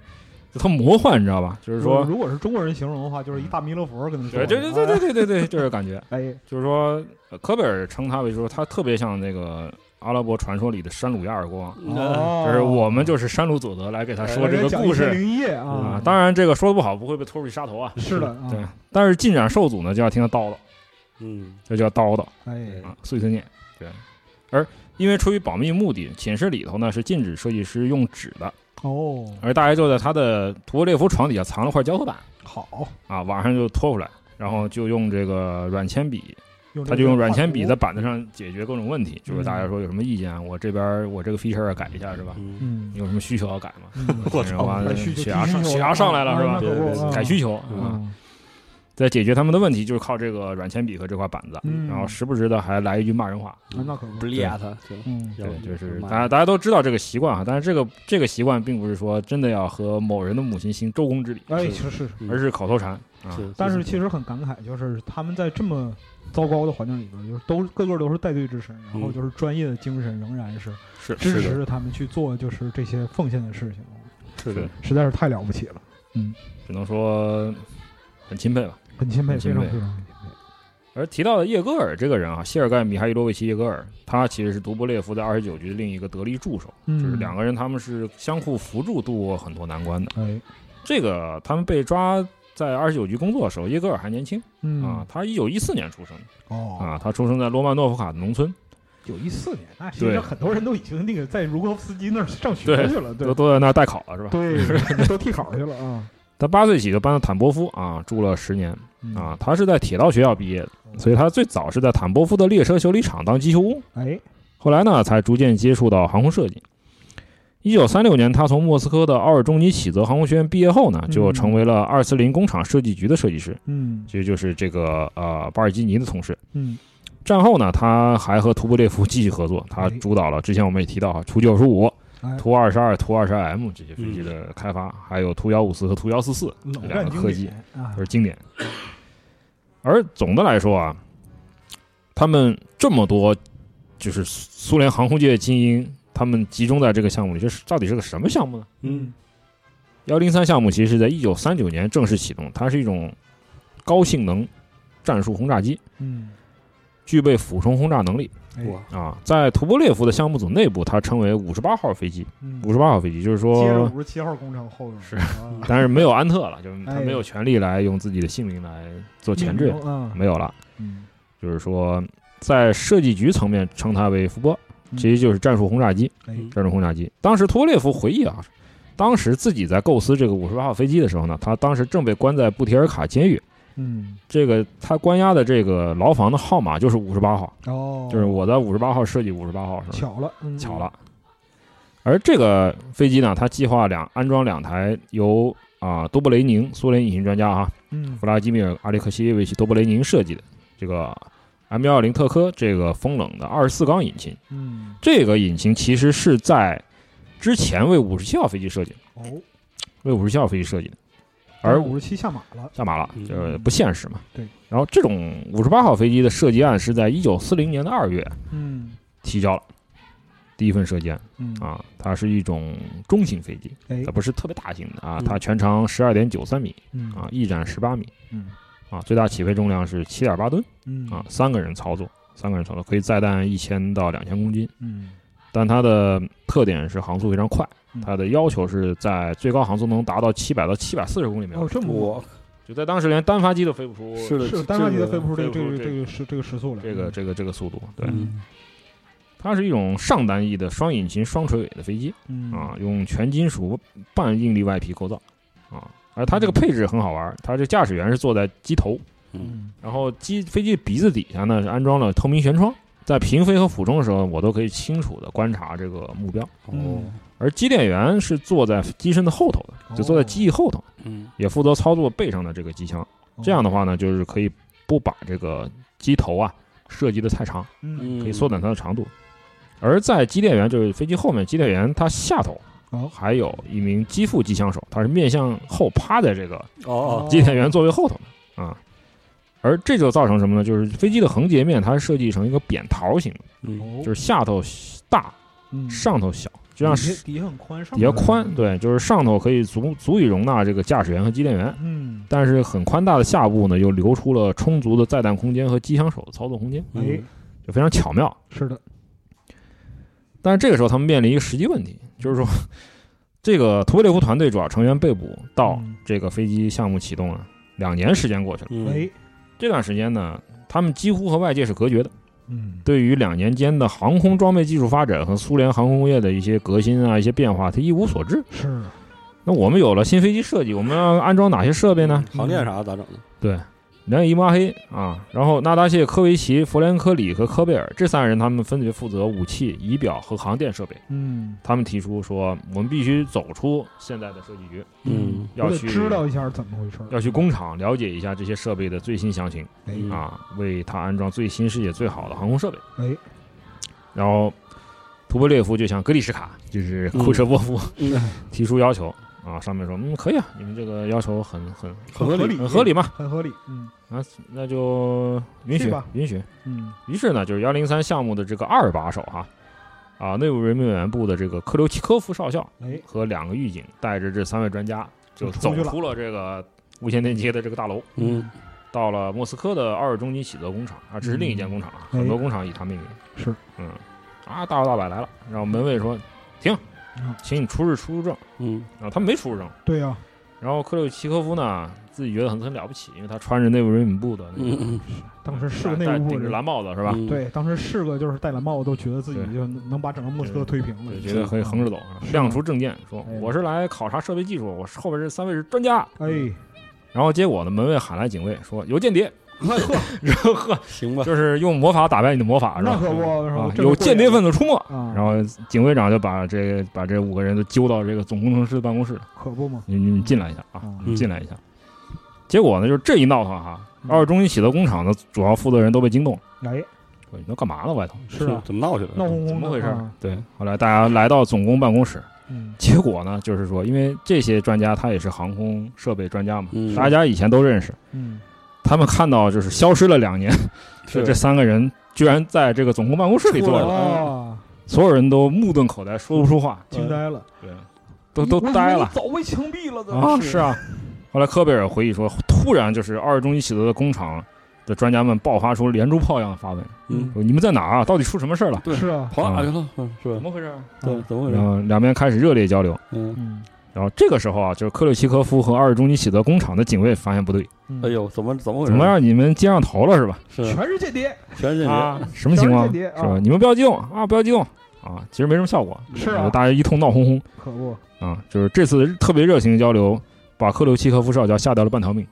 S5: 就他魔幻，你知道吧？就是说，
S4: 如果是中国人形容的话，就是一大弥勒佛跟他说，
S5: 对对对对对对对对，就是感觉，
S4: 哎，
S5: 就是说，呃科贝尔称他为说他特别像那个阿拉伯传说里的山鲁亚尔国王，
S4: 哦
S3: 嗯
S5: 就是我们就是山鲁佐德来给他说这个故事
S4: 灵异
S5: 啊
S4: 啊，。
S5: 当然，这个说的不好不会被拖出去杀头啊。
S4: 是的，啊
S5: 对，，但是进展受阻呢，就要听他叨叨，
S3: 嗯
S5: 这叫叨叨。
S4: 哎，
S5: 啊，碎碎念。对，而因为出于保密目的，寝室里头呢是禁止设计师用纸的，
S4: 哦，
S5: 而大家就在他的图波列夫床底下藏了块胶合板
S4: 好，
S5: 啊，晚上就拖出来，然后就用这个软铅笔，
S4: 用这
S5: 他
S4: 个
S5: 就用软铅笔
S4: 画
S5: 在
S4: 图，
S5: 板子上解决各种问题，就是大家说有什么意见啊，我这边我这个 feature 要改一下是吧？
S3: 嗯
S4: 嗯，
S5: 有什么需求要改吗？
S4: [laughs] 嗯
S3: 我
S5: 是
S3: 操
S5: 吧
S4: 改需求
S5: 血压
S4: 提需
S5: 上
S4: 求
S5: 血压上来了
S4: 啊
S5: 是吧
S4: 那可不
S3: 对对
S4: 啊
S5: 改需求啊，
S4: 嗯
S5: 在解决他们的问题就是靠这个软铅笔和这块板子，
S4: 嗯
S5: 然后时不时的还来一句骂人话，
S4: 啊那可不
S3: 不，列他，行
S4: 嗯，
S5: 对，就是
S3: 妈
S5: 大家
S3: 呀
S5: 大家都知道这个习惯啊哈，但是这个这个习惯并不是说真的要和某人的母亲行周公之礼，
S4: 哎，
S3: 是
S4: 是是，
S3: 嗯
S5: 而是口头禅啊。
S3: 是，
S4: 但是其实很感慨，就是他们在这么糟糕的环境里边，就是都个个都是带队之神，然后
S3: 嗯
S4: 就是专业的精神仍然是
S5: 是
S4: 支
S3: 是
S4: 持
S3: 的
S4: 着他们去做就是这些奉献的事情，
S3: 是的，
S4: 实在是太了不起了，
S5: 只能说很钦佩吧。
S4: 很钦佩，
S5: 很钦
S4: 非常
S5: 佩
S4: 非常钦佩。
S5: 而提到的叶戈尔这个人啊，谢尔盖·米哈伊洛维奇·叶戈尔，他其实是独波列夫在二十九局的另一个得力助手，
S4: 嗯
S5: 就是两个人他们是相互扶助度过很多难关的。
S4: 哎，
S5: 这个他们被抓在二十九局工作的时候，叶戈尔还年轻
S4: 嗯
S5: 啊，他一九一四年出生
S4: 哦
S5: 啊，他出生在罗曼诺夫卡的农村，
S4: 九一四年，那其
S5: 对
S4: 实很多人都已经那个在茹科夫斯基那儿上学
S5: 对
S4: 去了，对
S5: 都都在那儿代考了是吧？
S4: 对，都替考去了啊
S5: 他八岁起就搬到坦波夫啊，住了十年
S4: 嗯
S5: 啊。他是在铁道学校毕业的，所以他最早是在坦波夫的列车修理厂当机修工，
S4: 哎，
S5: 后来呢才逐渐接触到航空设计。一九三六年，他从莫斯科的奥尔中尼启泽航空学院毕业后呢，
S4: 嗯
S5: 就成为了二四零工厂设计局的设计师，
S4: 嗯
S5: 其实就是这个呃巴尔基尼的同事。
S4: 嗯，
S5: 战后呢，他还和图波列夫继续合作，他主导了之前我们也提到啊，图九十五、
S4: 哎，
S5: 图二十二、图二十 M 这些飞机的开发，还有图幺五四和图幺四四
S4: 冷
S5: 两
S4: 战
S5: 个
S4: 经
S5: 科技
S4: 典啊
S5: 都，是经典。而总的来说啊，他们这么多就是苏苏联航空界精英，他们集中在这个项目里，这是到底是个什么项目呢？
S3: 嗯
S5: 幺零三项目其实是在一九三九年正式启动，它是一种高性能战术轰炸机。
S4: 嗯
S5: 具备俯冲轰炸能力
S4: 哎，
S3: 哇
S5: 啊。在图波列夫的项目组内部，它称为五十八号飞机。
S4: 嗯
S5: 五十八号飞机就是
S4: 接着
S5: 说，
S4: 五十七号工程后边
S5: 是
S4: 啊
S5: [laughs] 但是没有安特了，就是他
S4: 哎
S5: 没有权利来用自己的姓名来做前置，
S4: 啊，
S5: 没有了。
S4: 嗯，
S5: 就是说，在设计局层面称它为福波，
S4: 嗯
S5: 其实就是战术轰炸机。
S4: 哎
S3: 嗯
S5: 战争轰炸机。当时托列夫回忆啊，当时自己在构思这个五十八号飞机的时候呢，他当时正被关在布提尔卡监狱。
S4: 嗯，
S5: 这个他关押的这个牢房的号码就是五十八号，
S4: 哦，
S5: 就是我在五十八号设计五十八号时候
S4: 巧了，嗯
S5: 巧，了。而这个飞机呢，它计划两安装两台由啊、多布雷宁苏联隐形专家啊
S4: 嗯
S5: 弗拉基米尔·阿列克谢耶维奇·多布雷宁设计的这个 M 幺二零特科这个风冷的二十四缸引擎。
S4: 嗯，
S5: 这个引擎其实是在之前为五十七号飞机设计的，
S4: 哦，哎
S5: 为五十七号飞机设计的，而
S4: 五十七下马了，
S5: 下马了，
S3: 嗯
S5: 这不现实嘛。
S4: 对。
S5: 然后这种五十八号飞机的设计案是在一九四零年的二月
S4: 嗯
S5: 提交了第一份设计案
S4: 嗯，
S5: 啊，它是一种中型飞机，
S4: 哎
S5: 它，不是特别大型的啊，
S3: 嗯
S5: 它全长十二点九三米
S4: 嗯
S5: 啊，翼展十八米
S4: 嗯
S5: 啊，最大起飞重量是七点八吨
S4: 嗯
S5: 啊，三个人操作，三个人操作可以载弹一千到两千公斤。
S4: 嗯
S5: 但它的特点是航速非常快
S4: 嗯，
S5: 它的要求是在最高航速能达到七百到七百四十公里每小
S4: 哦，
S5: 时，
S4: 这么
S3: 我
S5: 就在当时连单发机都飞不出
S3: 是的，
S4: 是单发机
S3: 这
S4: 的
S3: 个
S4: 飞不出这个这
S5: 飞不
S4: 个
S5: 出
S4: 这个是这个时速了，
S5: 这个这个这个速度。对，
S3: 嗯
S5: 它是一种上单翼的双引擎双垂尾的飞机
S4: 嗯
S5: 啊，用全金属半应力外皮构造啊，而它这个配置很好玩，它这驾驶员是坐在机头，
S4: 嗯
S5: 然后机飞机鼻子底下呢是安装了透明舷窗，在平飞和俯冲的时候，我都可以清楚的观察这个目标。
S3: 哦，
S5: 而机电员是坐在机身的后头的，就坐
S3: 哦
S5: 在机翼后头，
S3: 嗯
S5: 也负责操作背上的这个机
S3: 哦
S5: 枪。
S4: 嗯
S5: 这样的话呢，就是可以不把这个机头啊设计的太长，
S4: 嗯
S3: 嗯，
S5: 可以缩短它的长度。而在机电员，就是飞机后面，机电员他下头
S4: 哦
S5: 还有一名机腹机枪手，他是面向后趴在这个
S3: 哦
S5: 机电员座位后头的啊。而这就造成什么呢？就是飞机的横截面它是设计成一个扁桃形的，
S3: 哦，
S5: 就是下头大，
S4: 嗯
S5: 上头小，就
S3: 嗯
S5: 像
S4: 底下底下很宽，上
S5: 比较
S4: 面
S5: 宽，，对，就是上头可以足足以容纳这个驾驶员和机电员，
S4: 嗯
S5: 但是很宽大的下部呢，又留出了充足的载弹空间和机枪手的操作空间，
S3: 嗯
S4: 哎
S5: 就非常巧妙。
S4: 是的，
S5: 但是这个时候他们面临一个实际问题，就是说，这个图波列夫团队主要成员被捕到
S4: 嗯
S5: 这个飞机项目启动啊，两年时间过去了，
S3: 嗯，
S4: 哎
S5: 这段时间呢，他们几乎和外界是隔绝的。
S4: 嗯
S5: 对于两年间的航空装备技术发展和苏联航空工业的一些革新啊、一些变化，他一无所知。
S4: 是
S5: 那我们有了新飞机设计，我们要安装哪些设备呢？
S3: 航电啥的咋整呢？
S5: 两眼姨妈黑啊，然后纳达谢科维奇、弗连科里和科贝尔这三人，他们分别负责武器、仪表和航电设备。
S4: 嗯
S5: 他们提出说，我们必须走出现在的设计局，
S3: 嗯
S5: 要
S4: 我得
S5: 去
S4: 知道一下是怎么回事儿，
S5: 要去工厂了解一下这些设备的最新详情
S4: 哎
S3: 嗯
S5: 啊，为它安装最新、世界最好的航空设备。
S4: 哎
S5: 然后，图波列夫就向格里什卡，就是库车波夫、 [laughs]
S3: 嗯，
S5: 提出要求啊，上面说，嗯，可以啊，你们这个要求很很
S3: 很
S4: 合
S3: 合
S4: 理
S5: 很合理嘛，
S4: 很合理，嗯
S5: 啊，那就允
S4: 去
S5: 许
S4: 吧
S5: 允许。
S4: 嗯
S5: 于是呢，就是幺零三项目的这个二把手哈、啊，内务人民委员部的这个克留奇科夫少校
S4: 哎
S5: 和两个狱警带着这三位专家就走
S4: 就出去
S5: 出了这个无线电街的这个大楼，
S3: 嗯
S5: 到了莫斯科的奥尔中金洗泽工厂啊，这是另一间工厂啊，
S4: 嗯
S5: 很多工厂以他命名。
S4: 是，
S5: 嗯，啊，大摇大摆来了，然后门卫说停
S4: 嗯，
S5: 请你出示出入证
S3: 嗯
S5: 啊，他没出入证。
S4: 对啊呀
S5: 然后克留奇科夫呢，自己觉得很很了不起，因为他穿着内务人民部的那个，
S3: 嗯，
S4: 当时是
S5: 戴
S4: 个内
S5: 戴
S4: 务部
S5: 顶着
S4: 人
S5: 蓝帽子是吧？
S3: [laughs]
S4: 对，当时是个就是戴蓝帽，都觉得自己
S5: 对
S4: 就能把整个莫斯科推平了
S5: 对，
S4: 已
S5: 觉
S4: 经，
S5: 得可以横着走，亮出证件说
S4: 嗯哎
S5: 我是来考察设备技术，我是后边这三位是专家。
S4: 哎，
S5: 然后结果呢，门卫喊来警卫说有间谍，然后呵
S3: [laughs] 行吧，
S5: 就是用魔法打败你的魔法，是
S4: 那
S5: 吧？
S4: 可不是吧
S5: 啊，
S4: 这
S5: 有
S4: 个
S5: 间谍分子出没。
S4: 啊，
S5: 然后警卫长就把这个把这五个人都揪到这个总工程师的办公室，
S4: 可不嘛，
S5: 你你们进来一下啊，
S4: 啊
S5: 你们进来一下。结果呢，就是这一闹腾哈，
S4: 嗯
S5: 二中心喜德工厂的主要负责人都被惊动了，
S4: 哎，
S5: 说你都干嘛呢外头？
S4: 是啊，
S3: 嗯怎么闹去了？
S4: 闹哄
S5: 怎
S4: 哄
S5: 么
S4: 的，
S5: 回事
S4: 啊？
S5: 对，后来大家来到总工办公室，
S4: 嗯，
S5: 结果呢，就是说，因为这些专家他也是航空设备专家嘛，
S3: 嗯
S5: 大家以前都认识。
S4: 嗯，
S5: 他们看到就是消失了两年，就是这三个人居然在这个总控办公室里坐
S3: 出来
S5: 着，
S3: 了
S4: 哦，
S5: 所有人都目瞪口呆，说不出话，
S4: 惊呆了，
S5: 对，都都呆了
S4: 早被枪毙了
S5: 啊！是啊。后来科贝尔回忆说，突然就是二中一喜德的工厂的专家们爆发出连珠炮一样的发问：
S3: 嗯，
S5: 说你们在哪儿啊？到底出什么事儿了？
S3: 对，
S4: 是啊，
S3: 跑哪去了？嗯，是
S5: 怎
S3: 吧？
S5: 么回事？
S3: 对，怎么回
S5: 然
S3: 事？
S5: 后两边开始热烈交流。
S3: 嗯，
S4: 嗯
S5: 然后这个时候啊，就是克里奇科夫和二中尼喜德工厂的警卫发现不对，
S4: 嗯
S3: 哎，呦，怎么怎么回事？
S5: 怎么让你们接上头了是吧？
S3: 是
S4: 全是间谍，
S3: 全是
S5: 啊
S3: 你，，
S5: 什么情况？
S4: 全是间谍啊
S5: 是吧？你们不要激动啊，不要激动啊，其实没什么效果。
S4: 是
S5: 然
S4: 啊，
S5: 后大家一通闹哄哄
S4: 可不，
S5: 啊，就是这次特别热情的交流，把克留奇科夫少校吓掉了半条命，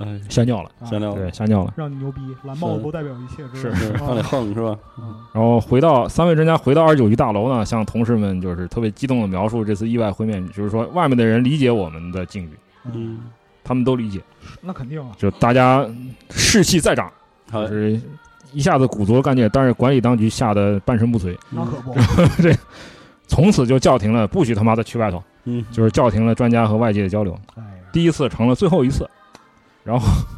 S3: 哎，
S5: 吓尿了，
S4: 啊
S3: 香料
S5: 对，吓尿了。
S4: 让你牛逼，蓝帽子不代表一切，
S5: 是
S4: 是
S3: 是
S4: 吧
S3: 让你嗯横是吧？
S4: 啊
S5: 然后回到三位专家回到二九局大楼呢，向同事们就是特别激动的描述这次意外会面，就是说外面的人理解我们的境遇，
S4: 嗯，
S3: 嗯，
S5: 他们都理解，
S4: 那肯定啊，
S5: 就大家士气再涨，
S3: 好
S5: 就，是一下子鼓足了干劲，但是管理当局吓得半身不遂，
S4: 那可
S5: [laughs]
S4: 不，
S5: 从此就叫停了，不许他妈的去外头，
S3: 嗯，
S5: 就是叫停了专家和外界的交流，
S4: 哎呀，
S5: 第一次成了最后一次，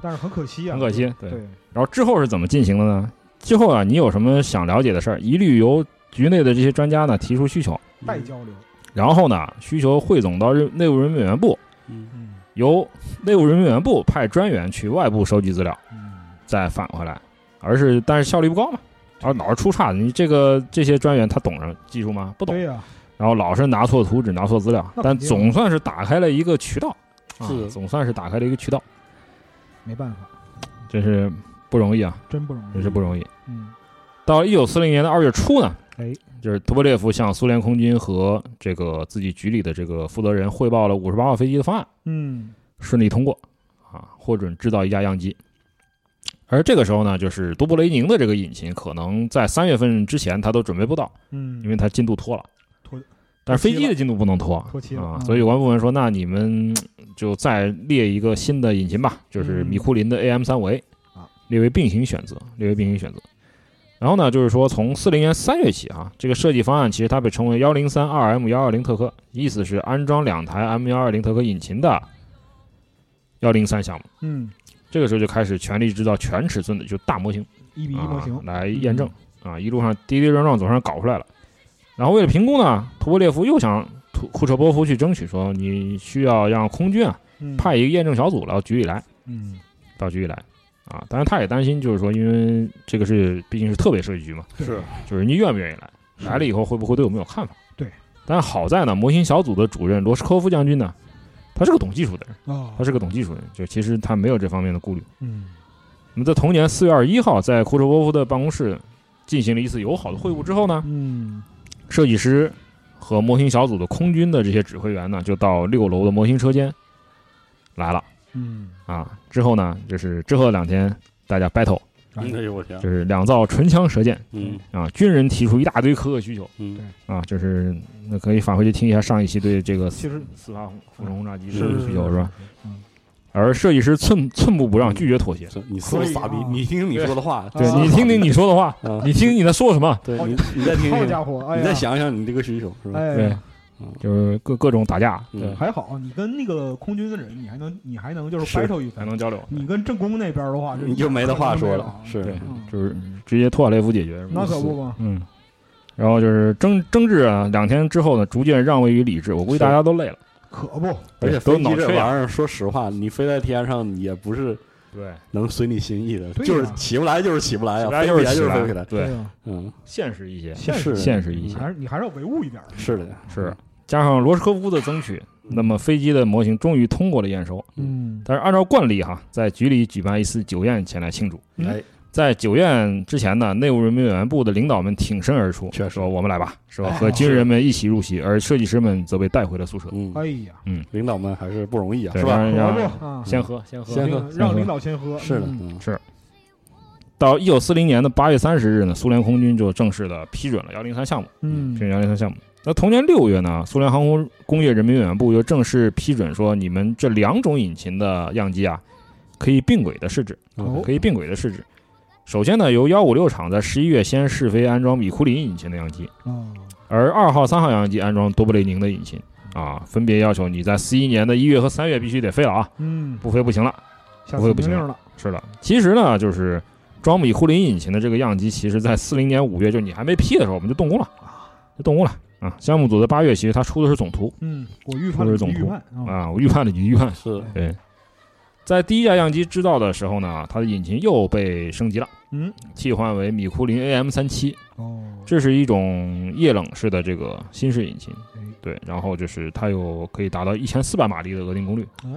S4: 但是很可惜啊，
S5: 很可惜，对。
S4: 对，
S5: 然后之后是怎么进行的呢？之后啊，你有什么想了解的事儿，一律由局内的这些专家呢提出需求，
S4: 代交流，
S5: 然后呢，需求汇总到内务人民委员部，
S3: 嗯，
S4: 嗯
S5: 由内务人民委员部派专员去外部收集资料，
S4: 嗯，
S5: 再返回来，而是但是效率不高嘛，然后老是出岔子，你这个这些专员他懂什么技术吗？不懂
S4: 对，呀，
S5: 然后老是拿错图纸、拿错资料
S4: 那，
S5: 但
S4: 肯定
S5: 总算是打开了一个渠道，啊
S3: 是，
S5: 总算是打开了一个渠道，
S4: 没办法，
S5: 真是不容易啊，
S4: 真不容
S5: 真
S4: 易，
S5: 是不容易。
S4: 嗯，
S5: 到一九四零年的二月初呢，
S4: 哎，
S5: 就是图波列夫向苏联空军和这个自己局里的这个负责人汇报了五十八号飞机的方案，
S4: 嗯
S5: 顺利通过，啊，获准制造一架样机。而这个时候呢，就是多布雷宁的这个引擎可能在三月份之前他都准备不到，
S4: 嗯，
S5: 因为它进度拖了。
S4: 拖，
S5: 但是飞
S4: 期
S5: 机
S4: 了
S5: 的进度不能拖
S4: 拖期了
S5: 啊，
S4: 嗯
S5: 所以有关部门说，那你们嗯就再列一个新的引擎吧，就是
S4: 嗯
S5: 米库林的 AM 三维
S4: 啊，
S5: 列为并行选择，列为并行选择。然后呢，就是说从四零年三月起啊，这个设计方案其实它被称为幺零三二 M 幺二零特科，意思是安装两台 M 幺二零特科引擎的幺零三项目。
S4: 嗯，
S5: 这个时候就开始全力制造全尺寸的就大模型，
S4: 一比一模型嗯
S5: 啊、，来验证、啊，一路上跌跌撞撞总算搞出来了。然后为了评估呢，图波列夫又想图库彻波夫去争取说，你需要让空军啊
S4: 嗯
S5: 派一个验证小组到局里来，
S4: 嗯
S5: 到局里来啊。当然他也担心，就是说，因为这个是毕竟是特别设计局嘛，
S3: 是，
S5: 就是人家愿不愿意来，来了以后会不会对我们有看法？
S4: 对。
S5: 但好在呢，模型小组的主任罗什科夫将军呢，他是个懂技术的人，
S4: 啊
S5: 他，是个懂技术的人，就其实他没有这方面的顾虑。
S4: 嗯
S5: 那么在同年四月二十一号，在库什波夫的办公室进行了一次友好的会晤之后呢，
S4: 嗯
S5: 设计师和模型小组的空军的这些指挥员呢，就到六楼的模型车间来了
S4: 嗯，
S5: 啊。之后呢，就是之后的两天，大家 battle，
S4: 哎
S3: 嗯哎呦我天，
S5: 就是两造唇枪舌剑
S3: 嗯
S5: 啊。军人提出一大堆苛刻需求
S3: 嗯
S5: 啊，就是那可以返回去听一下上一期对这个
S4: 其实
S5: 四发俯冲轰炸机
S3: 是
S5: 的
S3: 是
S5: 需求是吧？？
S4: 嗯，
S5: 而设计师寸寸步不让，拒绝妥协。
S3: 是你说傻逼
S4: 所以啊，
S3: 你听听你说的话，
S5: 对
S4: 啊
S5: 你听听你说的话，
S3: 啊，
S5: 你听听你在说什么。
S3: 对你你再听
S4: 好
S3: 听，
S4: 家伙，哎呀
S3: 你再，想想你这个需求是吧？
S4: 哎
S5: 对
S4: 呀，哎
S5: 就是各各种打架，
S3: 嗯
S5: 对，
S4: 还好你跟那个空军的人，你还能你还能就是
S5: 是
S4: battle 一
S5: 才
S4: 番，
S5: 能交流。
S4: 你跟正宫那边的话，
S3: 你就没得话说了，
S4: 是，
S3: 是
S5: 对
S4: 嗯，
S5: 就是直接托瓦雷夫解决。是吧
S4: 那可不嘛，
S5: 嗯，然后就是争争执啊，两天之后呢，逐渐让位于理智。我估计
S3: 是
S5: 大家都累了，
S4: 可不，
S3: 而且
S5: 都
S3: 飞
S5: 脑
S3: 机这
S5: 缺
S3: 玩意
S5: 氧。
S3: 儿，说实话，你飞在天上也不是
S5: 对，
S3: 能随你心意的，
S4: 对呀
S3: 就是起不来就是起不来啊，
S5: 来
S3: 飞不起来
S5: 起
S3: 就是飞
S5: 来
S3: 不起来。
S5: 对，
S4: 呀，
S3: 嗯，
S5: 现实一些，
S4: 现实
S3: 是
S5: 现实一
S4: 你
S5: 些
S4: 还啊是你还是要唯物一点儿，
S3: 是的，
S5: 是加上罗斯科夫的争取，那么飞机的模型终于通过了验收。
S4: 嗯，
S5: 但是按照惯例哈，在局里举办一次酒宴前来庆祝。
S4: 嗯
S3: 哎，
S5: 在酒宴之前呢，内务人民委员部的领导们挺身而出，
S3: 确实
S5: 说我们来吧，是吧？
S4: 哎
S5: 和军人们一起入席，而设计师们则被带回了宿舍，
S3: 嗯，
S4: 哎呀，
S3: 领导们还是不容易啊，
S5: 对
S3: 是吧？
S5: 让
S4: 可
S5: 让
S4: 不啊，
S5: 先喝，先喝，
S3: 先喝
S4: 领让领导先喝，
S3: 是的，
S4: 嗯
S3: 嗯，
S5: 到一九四零年的八月三十日呢，苏联空军就正式的批准了幺零三项目，批
S4: 嗯，
S5: 准幺零三项目。那同年六月呢，苏联航空工业人民委员部又正式批准说，你们这两种引擎的样机啊，可以并轨的试制，
S4: 哦
S5: 可以并轨的试制。首先呢，由幺五六厂在十一月先试飞安装米库林引擎的样机，
S4: 啊，
S5: 而二号、三号样机安装多布雷宁的引擎啊，分别要求你在四一年的一月和三月必须得飞了啊，
S4: 嗯，
S5: 不飞不行了。
S4: 下
S5: 不会
S4: 次
S5: 不
S4: 命
S5: 行啊
S4: 令了，
S5: 是的，其实呢，就是装米库林引擎的这个样机，其实在四零年五月，就你还没批的时候，我们就动工了，就动工了啊。项目组在八月，其实他出的是总图
S4: 嗯，我预判
S5: 说
S4: 了
S5: 是总
S4: 你预
S5: 图
S4: 判啊，
S5: 啊，我预判了你预判。
S3: 是
S5: 对，在第一架样机制造的时候呢，它的引擎又被升级了，
S4: 嗯，
S5: 替换为米库林 AM 三七，
S4: 哦，
S5: 这是一种液冷式的这个新式引擎，
S4: 哎
S5: 对，然后就是它有可以达到一千四百马力的额定功率，
S4: 嗯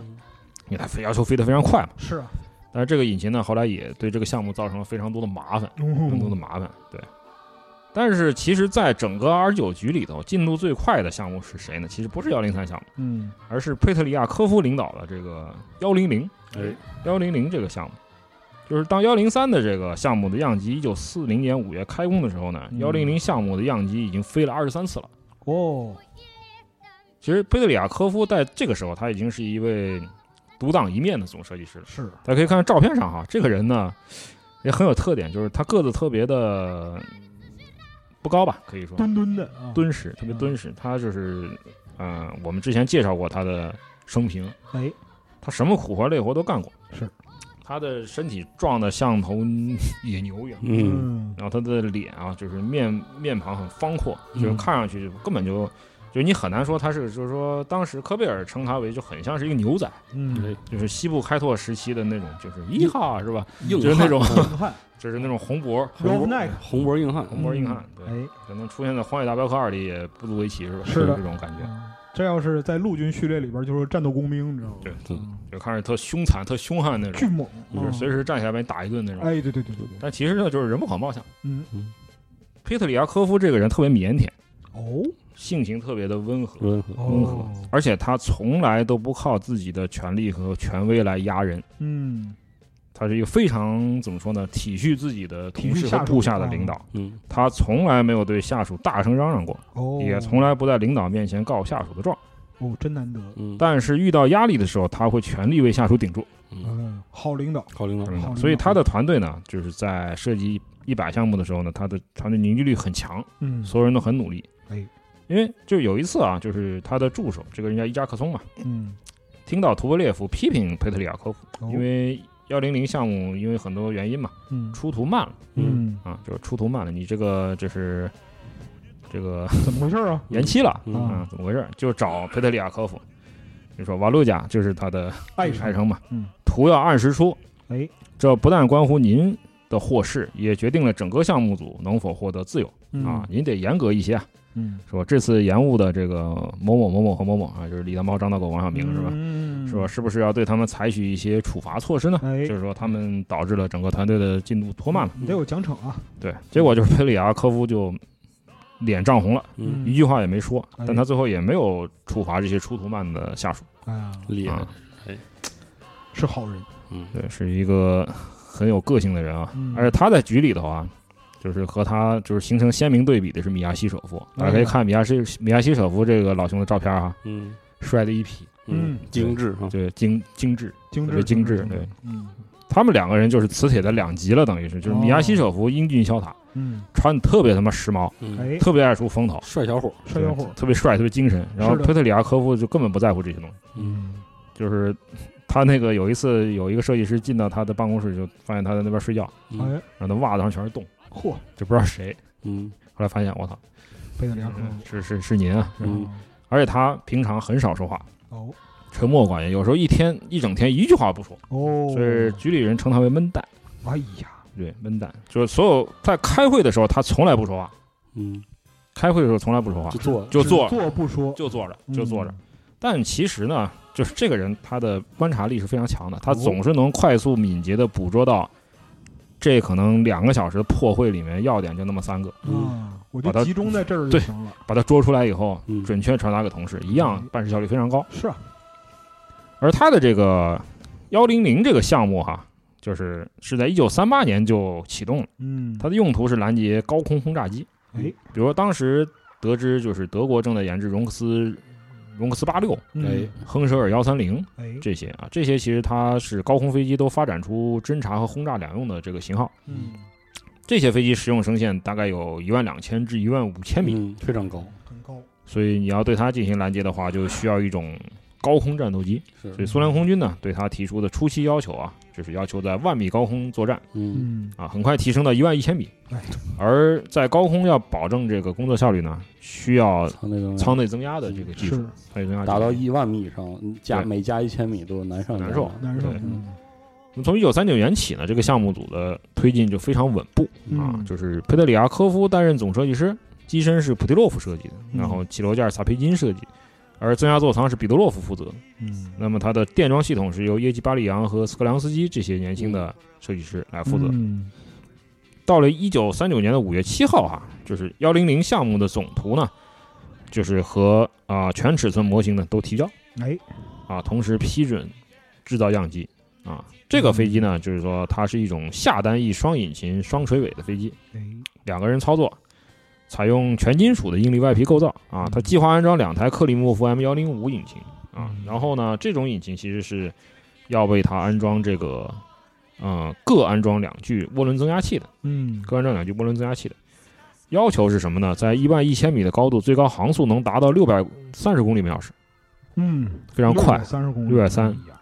S5: 因为它飞要求飞得非常快嘛。
S4: 是啊，
S5: 但是这个引擎呢，后来也对这个项目造成了非常多的麻烦，更多的
S4: 嗯
S5: 麻烦，对。但是其实，在整个 R 九局里头，进度最快的项目是谁呢？其实不是幺零三项目，
S4: 嗯，
S5: 而是佩特里亚科夫领导的这个幺零零
S3: 哎，
S5: 幺零零这个项目。就是当幺零三的这个项目的样机一九四零年五月开工的时候呢，
S4: 嗯
S5: 幺零零项目的样机已经飞了二十三次了。
S4: 哦，
S5: 其实贝特里亚科夫在这个时候，他已经是一位独当一面的总设计师了。
S4: 是，
S5: 大家可以看看照片上哈，这个人呢也很有特点，就是他个子特别的不高吧，可以说
S4: 墩墩的啊，，
S5: 敦实，特别敦实。他就是，嗯、我们之前介绍过他的生平，
S4: 哎，
S5: 他什么苦活累活都干过，
S4: 是。
S5: 他的身体壮得像头 [laughs] 野牛一样，
S3: 嗯，
S5: 然后他的脸啊，就是面面庞很方阔，
S3: 嗯
S5: 就是看上去根本就，就你很难说他是，就是说当时科贝尔称他为就很像是一个牛仔，
S4: 嗯，
S5: 就是西部开拓时期的那种，就是一哈是吧？
S3: 硬
S5: 就是那
S3: 汉
S5: 种，
S4: 硬
S5: [laughs]
S4: 汉
S5: 就是那种红脖，
S4: ，Ralph Knight，
S3: 红脖硬汉，
S5: 红脖硬汉，对，
S4: 哎，
S5: 可能出现在《荒野大镖客二》里也不足为奇，是吧？
S4: 是
S5: 就
S4: 的
S5: 这种感觉，
S4: 啊这要是在陆军序列里边，就是战斗工兵，你知道吗？
S5: 对
S3: 对
S4: 嗯
S5: 就看着特凶残、特凶悍那
S4: 巨
S5: 种，
S4: 猛，啊
S5: 就是随
S4: 时，
S5: 时站起来把你打一顿那种。
S4: 哎，对对对对对，
S5: 但其实呢，就是人不可貌相。
S4: 嗯，
S5: 佩特里亚科夫这个人特别腼腆，
S4: 哦，
S5: 性情特别的温和，
S3: 温和，
S5: 温和
S4: 哦，
S5: 而且他从来都不靠自己的权力和权威来压人。
S4: 嗯，
S5: 他是一个非常怎么说呢，体恤自己的同
S4: 体恤
S5: 事和
S4: 下属
S5: 部下的领导。
S3: 嗯，
S5: 他从来没有对下属大声嚷嚷过，
S4: 哦，
S5: 也从来不在领导面前告下属的状。
S4: 哦，真难得，
S3: 嗯，
S5: 但是遇到压力的时候，他会全力为下属顶住。
S4: 嗯，好领导，
S3: 靠领导，嗯
S5: 领
S4: 好
S5: 导
S4: 领
S5: 所以
S4: 导
S5: 他的团队呢，就是在设计一百项目的时候呢，他的团队凝聚力很强，
S4: 嗯，
S5: 所有人都很努力。
S4: 哎，
S5: 因为就有一次啊，就是他的助手，这个人叫伊扎克松嘛，
S4: 嗯，
S5: 听到图波列夫批评佩特里亚科夫，
S4: 哦
S5: 因为幺零零项目因为很多原因嘛，
S4: 嗯
S5: 出图慢了
S4: 嗯，
S5: 啊，就是出图慢了，你这个这是
S4: [laughs]
S5: 这个
S4: 怎么回事啊？
S5: 延期了
S3: 嗯
S5: 啊，怎么回事？就找佩特里亚科夫，就说瓦洛贾就是他的
S4: 爱
S5: 爱
S4: 上，
S5: 称嘛，
S4: 嗯，
S5: 图要按时出，
S4: 哎，
S5: 这不但关乎您的获释，也决定了整个项目组能否获得自由
S4: 嗯
S5: 啊！，您得严格一些啊，
S4: 嗯，
S5: 是吧？这次延误的这个某某某某和某某啊，就是李大猫、张大狗、王小明，是吧？
S4: 嗯，
S5: 是吧？？是不是要对他们采取一些处罚措施呢？
S4: 哎
S5: 就是说他们导致了整个团队的进度拖慢
S3: 嗯
S5: 了。
S4: 你得有奖惩啊，
S5: 对，结果就是佩里亚科夫就脸涨红了，
S3: 嗯，
S5: 一句话也没说，
S4: 哎
S5: 但他最后也没有处罚这些出图慢的下属
S4: 哎呀，
S3: 厉害
S5: 啊，。
S4: 是好人，
S3: 嗯，
S5: 对，是一个很有个性的人啊，
S4: 嗯
S5: 而且他在局里头啊。就是和他就是形成鲜明对比的是米亚西舍夫，大家
S4: 嗯
S5: 可以看米亚西米亚西舍夫这个老兄的照片啊，
S3: 嗯
S5: 帅的一批，
S4: 嗯
S3: 精致啊，
S5: 对，精精致，
S4: 精
S5: 特
S4: 致，
S5: 别精致，对，，
S4: 嗯
S5: 他们两个人就是磁铁的两极了，等于是，就是米亚西舍夫英俊潇洒，
S4: 嗯，
S5: 穿得特别他妈时髦，
S3: 嗯，
S4: 哎，
S5: 特别爱出风头，
S3: 帅小伙，
S4: 帅小伙
S5: 对，特别帅，特别精神。然后
S4: 是的
S5: 佩特里亚科夫就根本不在乎这些东西，
S3: 嗯，
S5: 就是他那个有一次有一个设计师进到他的办公室，就发现他在那边睡觉，
S4: 哎，
S5: 然后他袜子上全是洞，
S4: 嚯，
S5: 就不知道谁。
S3: 嗯
S5: 后来发现我操，
S4: 贝德良科
S5: 嗯是是是您啊！
S3: 嗯，
S5: 而且他平常很少说话，
S4: 哦
S5: 沉默寡言，有时候一天一整天一句话不说，
S4: 哦，
S5: 所以局里人称他为闷蛋。
S4: 哎呀，
S5: 对，闷蛋就是所有在开会的时候他从来不说话，
S3: 嗯，
S5: 开会的时候从来不说话
S3: 就，做
S5: 就坐着
S4: 坐不说，
S5: 就坐着
S4: 嗯
S5: 就坐着。，但其实呢，就是这个人他的观察力是非常强的，他
S4: 哦
S5: 总是能快速敏捷地捕捉到这可能两个小时的破会里面要点就那么三个，
S3: 嗯
S4: 啊，我
S5: 把它
S4: 就集中在这儿就
S5: 对
S4: 行了，
S5: 把它捉出来以后
S3: 嗯，
S5: 准确传达给同事，一样
S4: 嗯
S5: 办事效率非常高。
S4: 是啊，
S5: 而他的这个幺零零这个项目哈。就是是在一九三八年就启动了，
S4: 嗯，
S5: 它的用途是拦截高空轰炸机。
S4: 哎，
S5: 比如说当时得知就是德国正在研制荣克斯、荣克斯八六、
S4: 嗯
S5: 亨舍尔幺三零，
S4: 哎，
S5: 哎这些啊，这些其实它是高空飞机都发展出侦察和轰炸两用的这个型号。
S4: 嗯，
S5: 这些飞机实用升限大概有一万两千至一万五千米，
S3: 嗯，非常高，
S4: 很高，
S5: 所以你要对它进行拦截的话，就需要一种高空战斗机。
S3: 是
S5: 所以苏联空军呢，对它提出的初期要求啊，就是要求在万米高空作战
S3: 嗯
S4: 嗯，
S5: 啊，很快提升到一万一千米
S4: 哎。
S5: 而在高空要保证这个工作效率呢，需要
S3: 舱内增
S5: 舱内增压的这嗯个技术
S4: 是，
S5: 舱内增压
S3: 达到
S5: 技术
S3: 一万米以上，你加
S5: 对
S3: 每加一千米都难上
S5: 难
S3: 加
S5: 受
S4: 难受
S5: 对。
S4: 嗯
S5: 那么从一九三九年起呢，这个项目组的推进就非常稳步啊，
S4: 嗯
S5: 就是佩特里亚科夫担任总设计师，机身是普提洛夫设计的，
S4: 嗯
S5: 然后起落架是萨佩金设计，而增压座舱是彼得洛夫负责。
S4: 嗯，
S5: 那么它的电装系统是由耶基巴里扬和斯克良斯基这些年轻的设计师来负责。
S4: 嗯
S5: 到了一九三九年的五月七号哈、就是幺零零项目的总图呢，就是和啊、全尺寸模型呢都提交
S4: 哎，
S5: 啊，同时批准制造样机啊。这个飞机呢，就是说它是一种下单翼双引擎双垂尾的飞机，
S4: 哎，
S5: 两个人操作，采用全金属的应力外皮构造啊
S4: 嗯。
S5: 它计划安装两台克里莫夫 M 幺零五引擎啊
S4: 嗯，
S5: 然后呢，这种引擎其实是要为它安装这个，嗯，各安装两具涡轮增压器的，
S4: 嗯，
S5: 各安装两具涡轮增压器的。要求是什么呢？在一万一千米的高度，最高航速能达到六百三十公里每小时，
S4: 嗯，
S5: 非常快。
S4: 三十公里，
S5: 630
S4: 哎呀，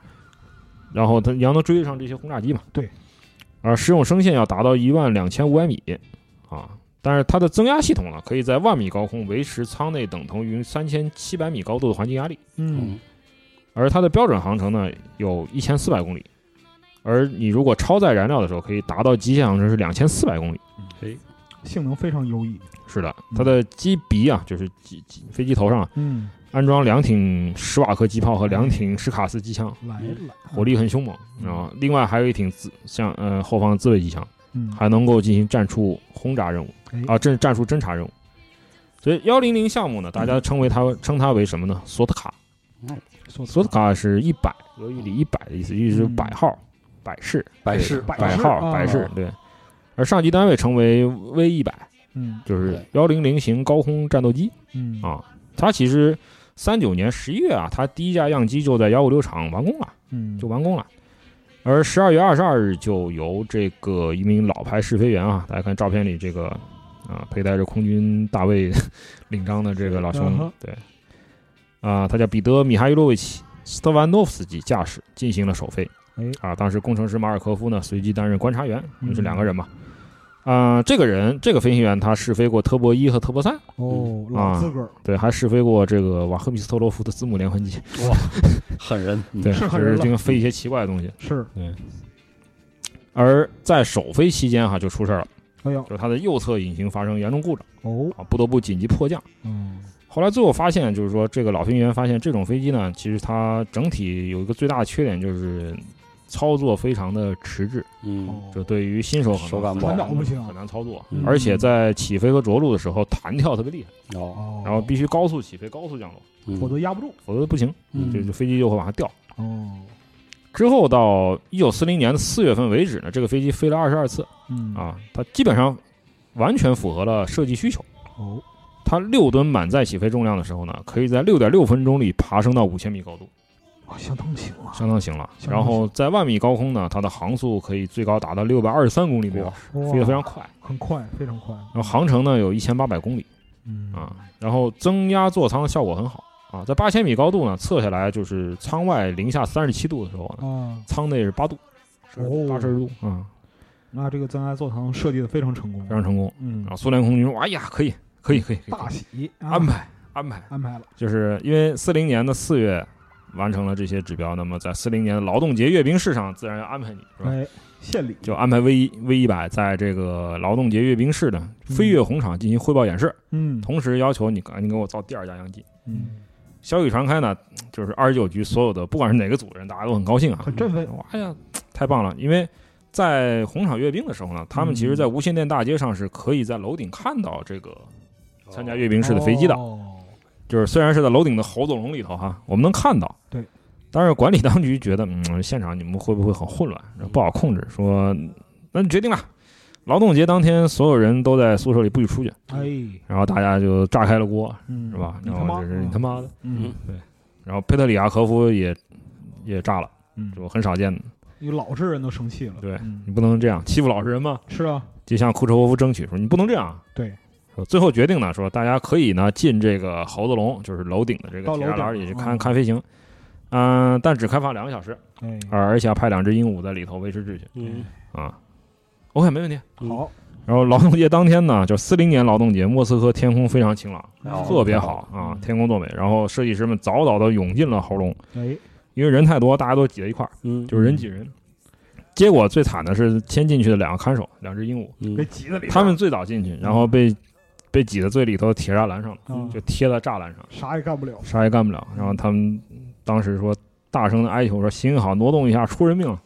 S5: 然后它你要能追得上这些轰炸机嘛？
S4: 对。
S5: 而实用升限要达到一万两千五百米啊，但是它的增压系统呢，可以在万米高空维持舱内等同于三千七百米高度的环境压力，
S4: 嗯
S3: 嗯，
S5: 而它的标准航程呢有一千四百公里，而你如果超载燃料的时候，可以达到极限航程是两千四百公里。
S3: 哎，
S4: 性能非常优异，
S5: 是的，它的机鼻啊，就是机机飞机头上啊
S4: 嗯，
S5: 安装两挺施瓦克机炮和两挺史卡斯机枪，
S4: 来了，啊
S5: 火力很凶猛。然后另外还有一挺自像呃后方的自卫机枪。
S4: 嗯，
S5: 还能够进行战术轰炸任务
S4: 哎
S5: 啊，战战术侦察任务。所以幺零零项目呢，大家称为它称它为什么呢？索特卡，
S4: 索
S5: 索特卡是一百俄语里一百的意思，意思是百号、百式、
S3: 百
S5: 对
S3: 事
S5: 百
S4: 百事
S5: 号、
S4: 啊
S5: 百式对。而上级单位称为 V 一百，
S4: 嗯
S5: 就是
S3: 对
S5: 幺零零型高空战斗机
S4: 嗯
S5: 啊。它其实三九年十一月啊，它第一架样机就在幺五六厂完工了。
S4: 嗯，
S5: 就完工了。而十二月二十二日，就由这个一名老牌试飞员啊，大家看照片里这个啊，佩戴着空军大卫领章的这个老
S4: 嗯
S5: 兄
S4: 哼，
S5: 对，啊，他叫彼得·米哈伊洛维奇·斯特万诺夫斯基驾驶进行了首飞
S4: 哎。
S5: 啊，当时工程师马尔科夫呢随即担任观察员，
S4: 嗯
S5: 就是两个人嘛。啊、这个人，这个飞行员他试飞过特波一和特波三，
S4: 哦，
S5: 啊
S4: 老资格儿，
S5: 对，还试飞过这个瓦赫米斯特洛夫的字母连环机，
S3: 狠人，嗯
S5: 对，
S4: 是
S5: 就
S4: 狠人
S5: 是
S4: 了
S5: 经常飞一些奇怪的东西。
S4: 是，
S5: 而在首飞期间哈、就出事儿了，
S4: 哎呀
S5: 就，是它的右侧引擎发生严重故障
S4: 哦，
S5: 啊，不得不紧急迫降。
S4: 嗯，
S5: 后来最后发现，就是说这个老飞行员发现这种飞机呢，其实它整体有一个最大的缺点就是操作非常的迟滞，
S3: 嗯，
S4: 哦
S5: 这对于新手可能
S3: 手感不
S4: 好
S5: 很
S4: 传导不行
S5: 很难操作
S3: 嗯，
S5: 而且在起飞和着陆的时候弹跳特别厉害，
S3: 哦，
S4: 哦，
S5: 然后必须高速起飞、高速降落，
S3: 嗯
S4: 否则压不住，
S5: 否则不行，
S4: 嗯
S5: 这这飞机就会往下掉。
S4: 哦，
S5: 之后到一九四零年的四月份为止呢，这个飞机飞了二十二次，
S4: 嗯，
S5: 啊，它基本上完全符合了设计需求。
S4: 哦，
S5: 它六吨满载起飞重量的时候呢，可以在六点六分钟里爬升到五千米高度，
S4: 哦相当行啊，
S5: 相当行了。
S4: 相当
S5: 然后在万米高空呢，它的航速可以最高达到六百二十三公里每小时，
S4: 哇
S5: 飞得非常快。
S4: 很快，非常快，
S5: 然后航程呢有一千八百公里
S4: 嗯
S5: 啊，然后增压座舱效果很好啊，在八千米高度呢测下来就是舱外零下三十七度的时候呢，
S4: 啊，
S5: 舱内是八度，
S4: 哦
S5: 八摄氏度啊，
S4: 那这个增压座舱设计的非常成功
S5: 非，常成功。
S4: 嗯
S5: 然，后苏联空军说：“哎呀，可以，可以，可以，可以
S4: 大喜，啊
S5: 安排安排。”
S4: 安排了，
S5: 就是因为四零年的四月完成了这些指标，那么在四零年的劳动节阅兵式上，自然要安排你，是吧？
S4: 哎，献礼，
S5: 就安排 V 一 V 一百在这个劳动节阅兵式呢，飞越红场进行汇报演示，
S4: 嗯
S5: 同时要求你赶紧给我造第二架样机。
S4: 嗯，
S5: 消息传开呢，就是二十九局所有的不管是哪个组的人，大家都很高兴啊，
S4: 很振奋，
S5: 哇哎呀，太棒了！因为在红场阅兵的时候呢，他们其
S4: 嗯
S5: 实在无线电大街上是可以在楼顶看到这个哦参加阅兵式的飞机的。
S4: 哦
S5: 就是虽然是在楼顶的猴子笼里头哈，我们能看到，
S4: 对，
S5: 但是管理当局觉得，嗯，现场你们会不会很混乱，不好控制？说，那你决定了，劳动节当天所有人都在宿舍里不许出去，
S4: 哎，
S5: 然后大家就炸开了锅，
S4: 嗯，
S5: 是吧？
S4: 你
S5: 然
S4: 他妈，
S5: 后就是你他妈的，
S4: 嗯，
S5: 然后佩特里亚科夫也也炸了，
S4: 嗯
S5: 就很少见的，
S4: 你老实人都生气了，
S5: 对
S4: 嗯
S5: 你不能这样欺负老实人嘛，
S4: 是啊，
S5: 就向库车沃夫争取说，你不能这样。啊
S4: 对，
S5: 说最后决定呢，说大家可以呢进这个猴子笼，就是楼顶的这个
S4: 到
S5: 铁
S4: 楼
S5: 栅
S4: 顶
S5: 栏里去
S4: 嗯
S5: 看看飞行。嗯、但只开放两个小时，
S4: 哎，
S5: 而而且要派两只鹦鹉在里头维持秩序
S3: 嗯，
S5: 啊。OK，没问题。
S4: 好，
S5: 然后劳动节当天呢，就 [laughs] 四零年劳动节，莫斯科天空非常晴朗，
S3: 哦
S5: 特别好啊，天空作美。然后设计师们早早的涌进了喉咙，
S4: 哎，
S5: 因为人太多，大家都挤在一块儿，
S3: 嗯，
S5: 就是人挤人。结果最惨的是先进去的两个看守，两只鹦鹉，
S4: 给
S3: 嗯
S4: 急的里边儿，
S5: 他们最早进去，然后被被挤在最里头的铁栅栏上了，
S4: 啊
S5: 就贴在栅栏上，
S4: 啥也干不了
S5: 啥也干不了。然后他们当时说，大声的哀求说：“行好，挪动一下，出人命了，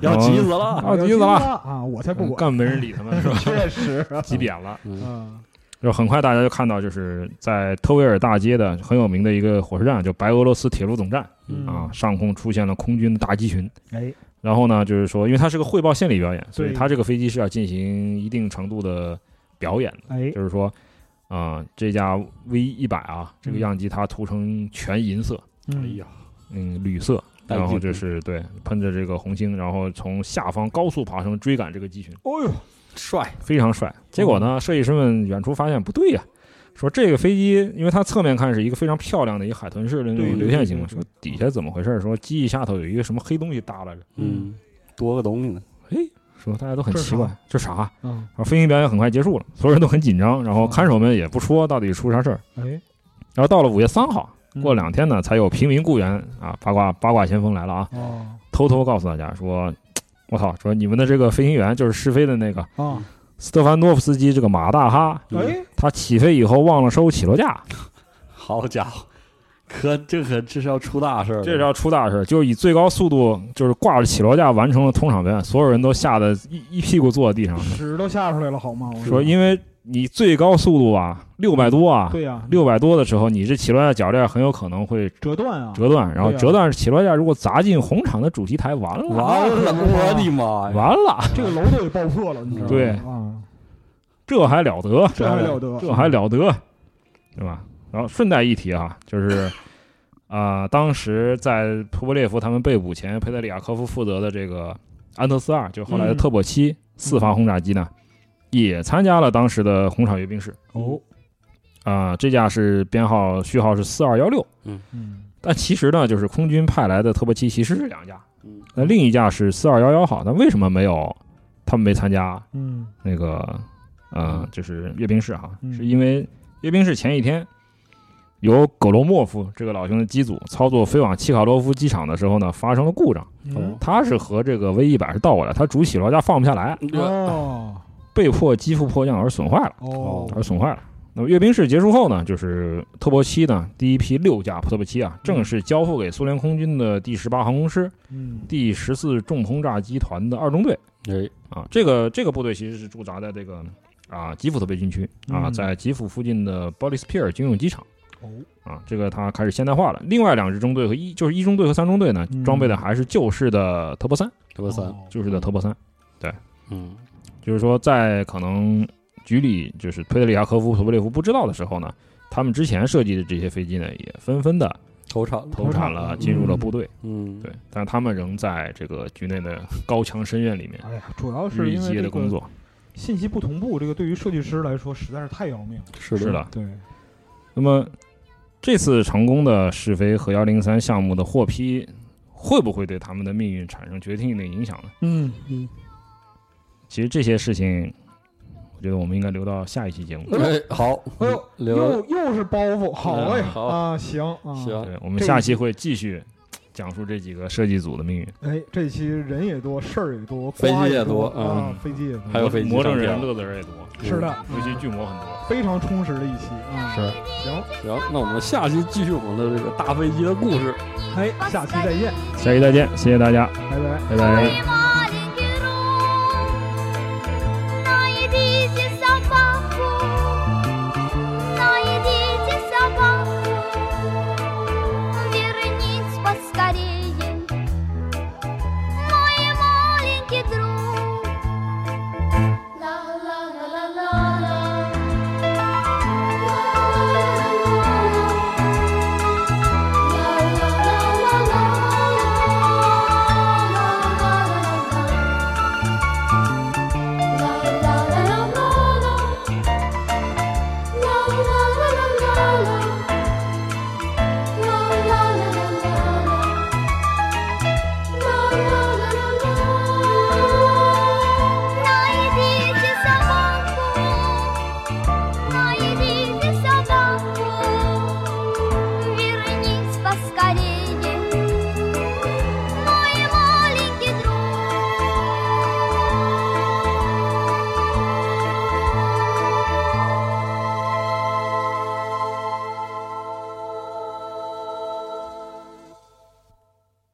S3: 要急死了，
S5: 啊，
S4: 有
S5: 急死了，嗯
S4: 啊！我才不管，
S5: 根本没人理他
S4: [laughs]
S5: 们，是吧？
S4: 确实，
S5: [laughs] 挤扁了。”
S3: 嗯
S4: 啊，
S5: 就很快大家就看到，就是在特维尔大街的很有名的一个火车站，就白俄罗斯铁路总站
S4: 嗯
S5: 啊，，上空出现了空军的大机群。
S4: 哎，
S5: 然后呢，就是说，因为它是个汇报献礼表演，所以
S4: 对
S5: 它这个飞机是要进行一定程度的表演的，
S4: 哎，
S5: 就是说，啊、这架 V 一百啊，这个
S4: 嗯
S5: 样机它涂成全银色，
S3: 哎
S4: 嗯，
S3: 呀，
S5: 嗯，铝色，
S3: 带劲
S5: 然后就是对，喷着这个红星，然后从下方高速爬升追赶这个机群。
S4: 哦呦，
S3: 帅，
S5: 非常帅。结果呢，设计师们远处发现不对呀、说这个飞机，因为它侧面看是一个非常漂亮的一个海豚式的那
S4: 对
S5: 种
S4: 对
S5: 流线型嘛，
S4: 对对
S5: 说底下怎么回事？说机翼下头有一个什么黑东西耷拉着，
S3: 嗯，多个东西呢，
S5: 说大家都很
S4: 这是
S5: 奇怪，这啥？
S4: 嗯，
S5: 然后飞行表演很快结束了，所有人都很紧张，然后
S4: 哦
S5: 看守们也不说到底出啥事儿。
S4: 哎，
S5: 然后到了五月三号，
S4: 嗯
S5: 过两天呢，才有平民雇员啊，八卦八卦先锋来了啊，
S4: 哦，
S5: 偷偷告诉大家说，我操，说你们的这个飞行员就是试飞的那个
S4: 啊，
S5: 斯特凡诺夫斯基这个马大哈，
S4: 哎，
S5: 他起飞以后忘了收起落架。
S4: 嗯
S3: 好家伙，可这可这是要出大事儿了，
S5: 这是要出大事，就是以最高速度，就是挂着起落架完成了通场表演，所有人都吓得一一屁股坐在地上，
S4: 屎都吓出来了，好吗？我
S5: 说因为你最高速度啊，六百多啊，
S4: 对呀，
S5: 六百多的时候，你这起落架铰链很有可能会
S4: 折断啊，
S5: 折断，然后
S4: 对啊
S5: 折断起落架如果砸进红场的主题台，完了，
S3: 完了，我的妈呀，
S5: 完了，
S4: 这个楼都给爆破了，你知道吗？
S5: 对
S4: 啊，
S5: 这还了得，
S4: 这还了得？
S5: 这还了得，对吧？然后顺带一提啊，就是。啊、当时在图波列夫他们被捕前，佩德里亚科夫负责的这个安特斯二，就后来的
S4: 嗯
S5: 特波七、四发轰炸机呢，也参加了当时的红场阅兵式。
S4: 哦，
S5: 啊、这架是编号序号是四二幺六，
S4: 嗯，
S5: 但其实呢，就是空军派来的特波七其实是两架，
S3: 嗯
S5: 那另一架是四二幺幺号，那为什么没有他们没参加啊
S4: 嗯，
S5: 那个呃，就是阅兵式哈，
S4: 嗯
S5: 是因为阅兵式前一天，由葛罗莫夫这个老兄的机组操作飞往契卡洛夫机场的时候呢，发生了故障。
S4: 嗯
S5: 他是和这个 V 一百是倒过来，他主起落架放不下来，
S4: 哦，
S5: 被迫机腹迫降而损坏了，
S4: 哦，
S5: 而损坏了。那么阅兵式结束后呢，就是特波七呢，第一批六架特波七啊，正式交付给苏联空军的第十八航空师、
S4: 嗯，
S5: 第十四重轰炸机团的二中队。
S3: 哎，
S5: 啊，这个这个部队其实是驻扎在这个啊基辅特别军区啊，
S4: 嗯
S5: 在基辅附近的鲍里斯皮尔军用机场
S4: 哦，
S5: 啊，这个它开始现代化了。另外两支中队和一就是一中队和三中队呢
S4: 嗯，
S5: 装备的还是旧式的特波三，
S3: 这不三，
S4: 哦
S5: 旧式的特波三，
S3: 嗯
S5: 就是说在可能局里就是佩德里亚科夫、图波列夫不知道的时候呢，他们之前设计的这些飞机呢，也纷纷的
S3: 投产了，
S5: 投产了，进入了部队。
S3: 嗯，
S5: 对，但是他们仍在这个局内的高墙深院里面
S4: 哎呀，主要是
S5: 日以
S4: 因
S5: 继
S4: 为
S5: 夜
S4: 这
S5: 的工
S4: 个
S5: 作。
S4: 信息不同步，这个对于设计师来说实在是太要命了。
S3: 是
S5: 是的，
S4: 对，
S5: 那么这次成功的试飞和幺零三项目的获批，会不会对他们的命运产生决定性的影响呢？
S4: 嗯，
S5: 其实这些事情，我觉得我们应该留到下一期节目。
S3: 哎，好，
S4: 哎呦，
S3: 刘
S4: 又又是包袱，好哎
S3: 嗯好
S4: 啊，行啊，
S3: 行，
S5: 对，我们下期会继续讲述这几个设计组的命运。
S4: 哎，这期人也多，事儿也多，
S3: 飞机
S4: 瓜
S3: 也
S4: 多
S3: 多
S4: 啊
S5: 嗯，
S4: 飞机也多，
S3: 还有飞机
S5: 魔怔
S3: 上
S5: 人、
S3: 吊
S5: 乐子人也多，
S4: 是的，
S5: 尤其巨魔很多。
S4: 非常充实的一期啊，
S5: 是，
S4: 行，
S3: 行，那我们下期继续我们的这个大飞机的故事。
S4: 哎，下期再见，
S5: 下期再见，谢谢大家，
S4: 拜拜。
S5: 拜拜。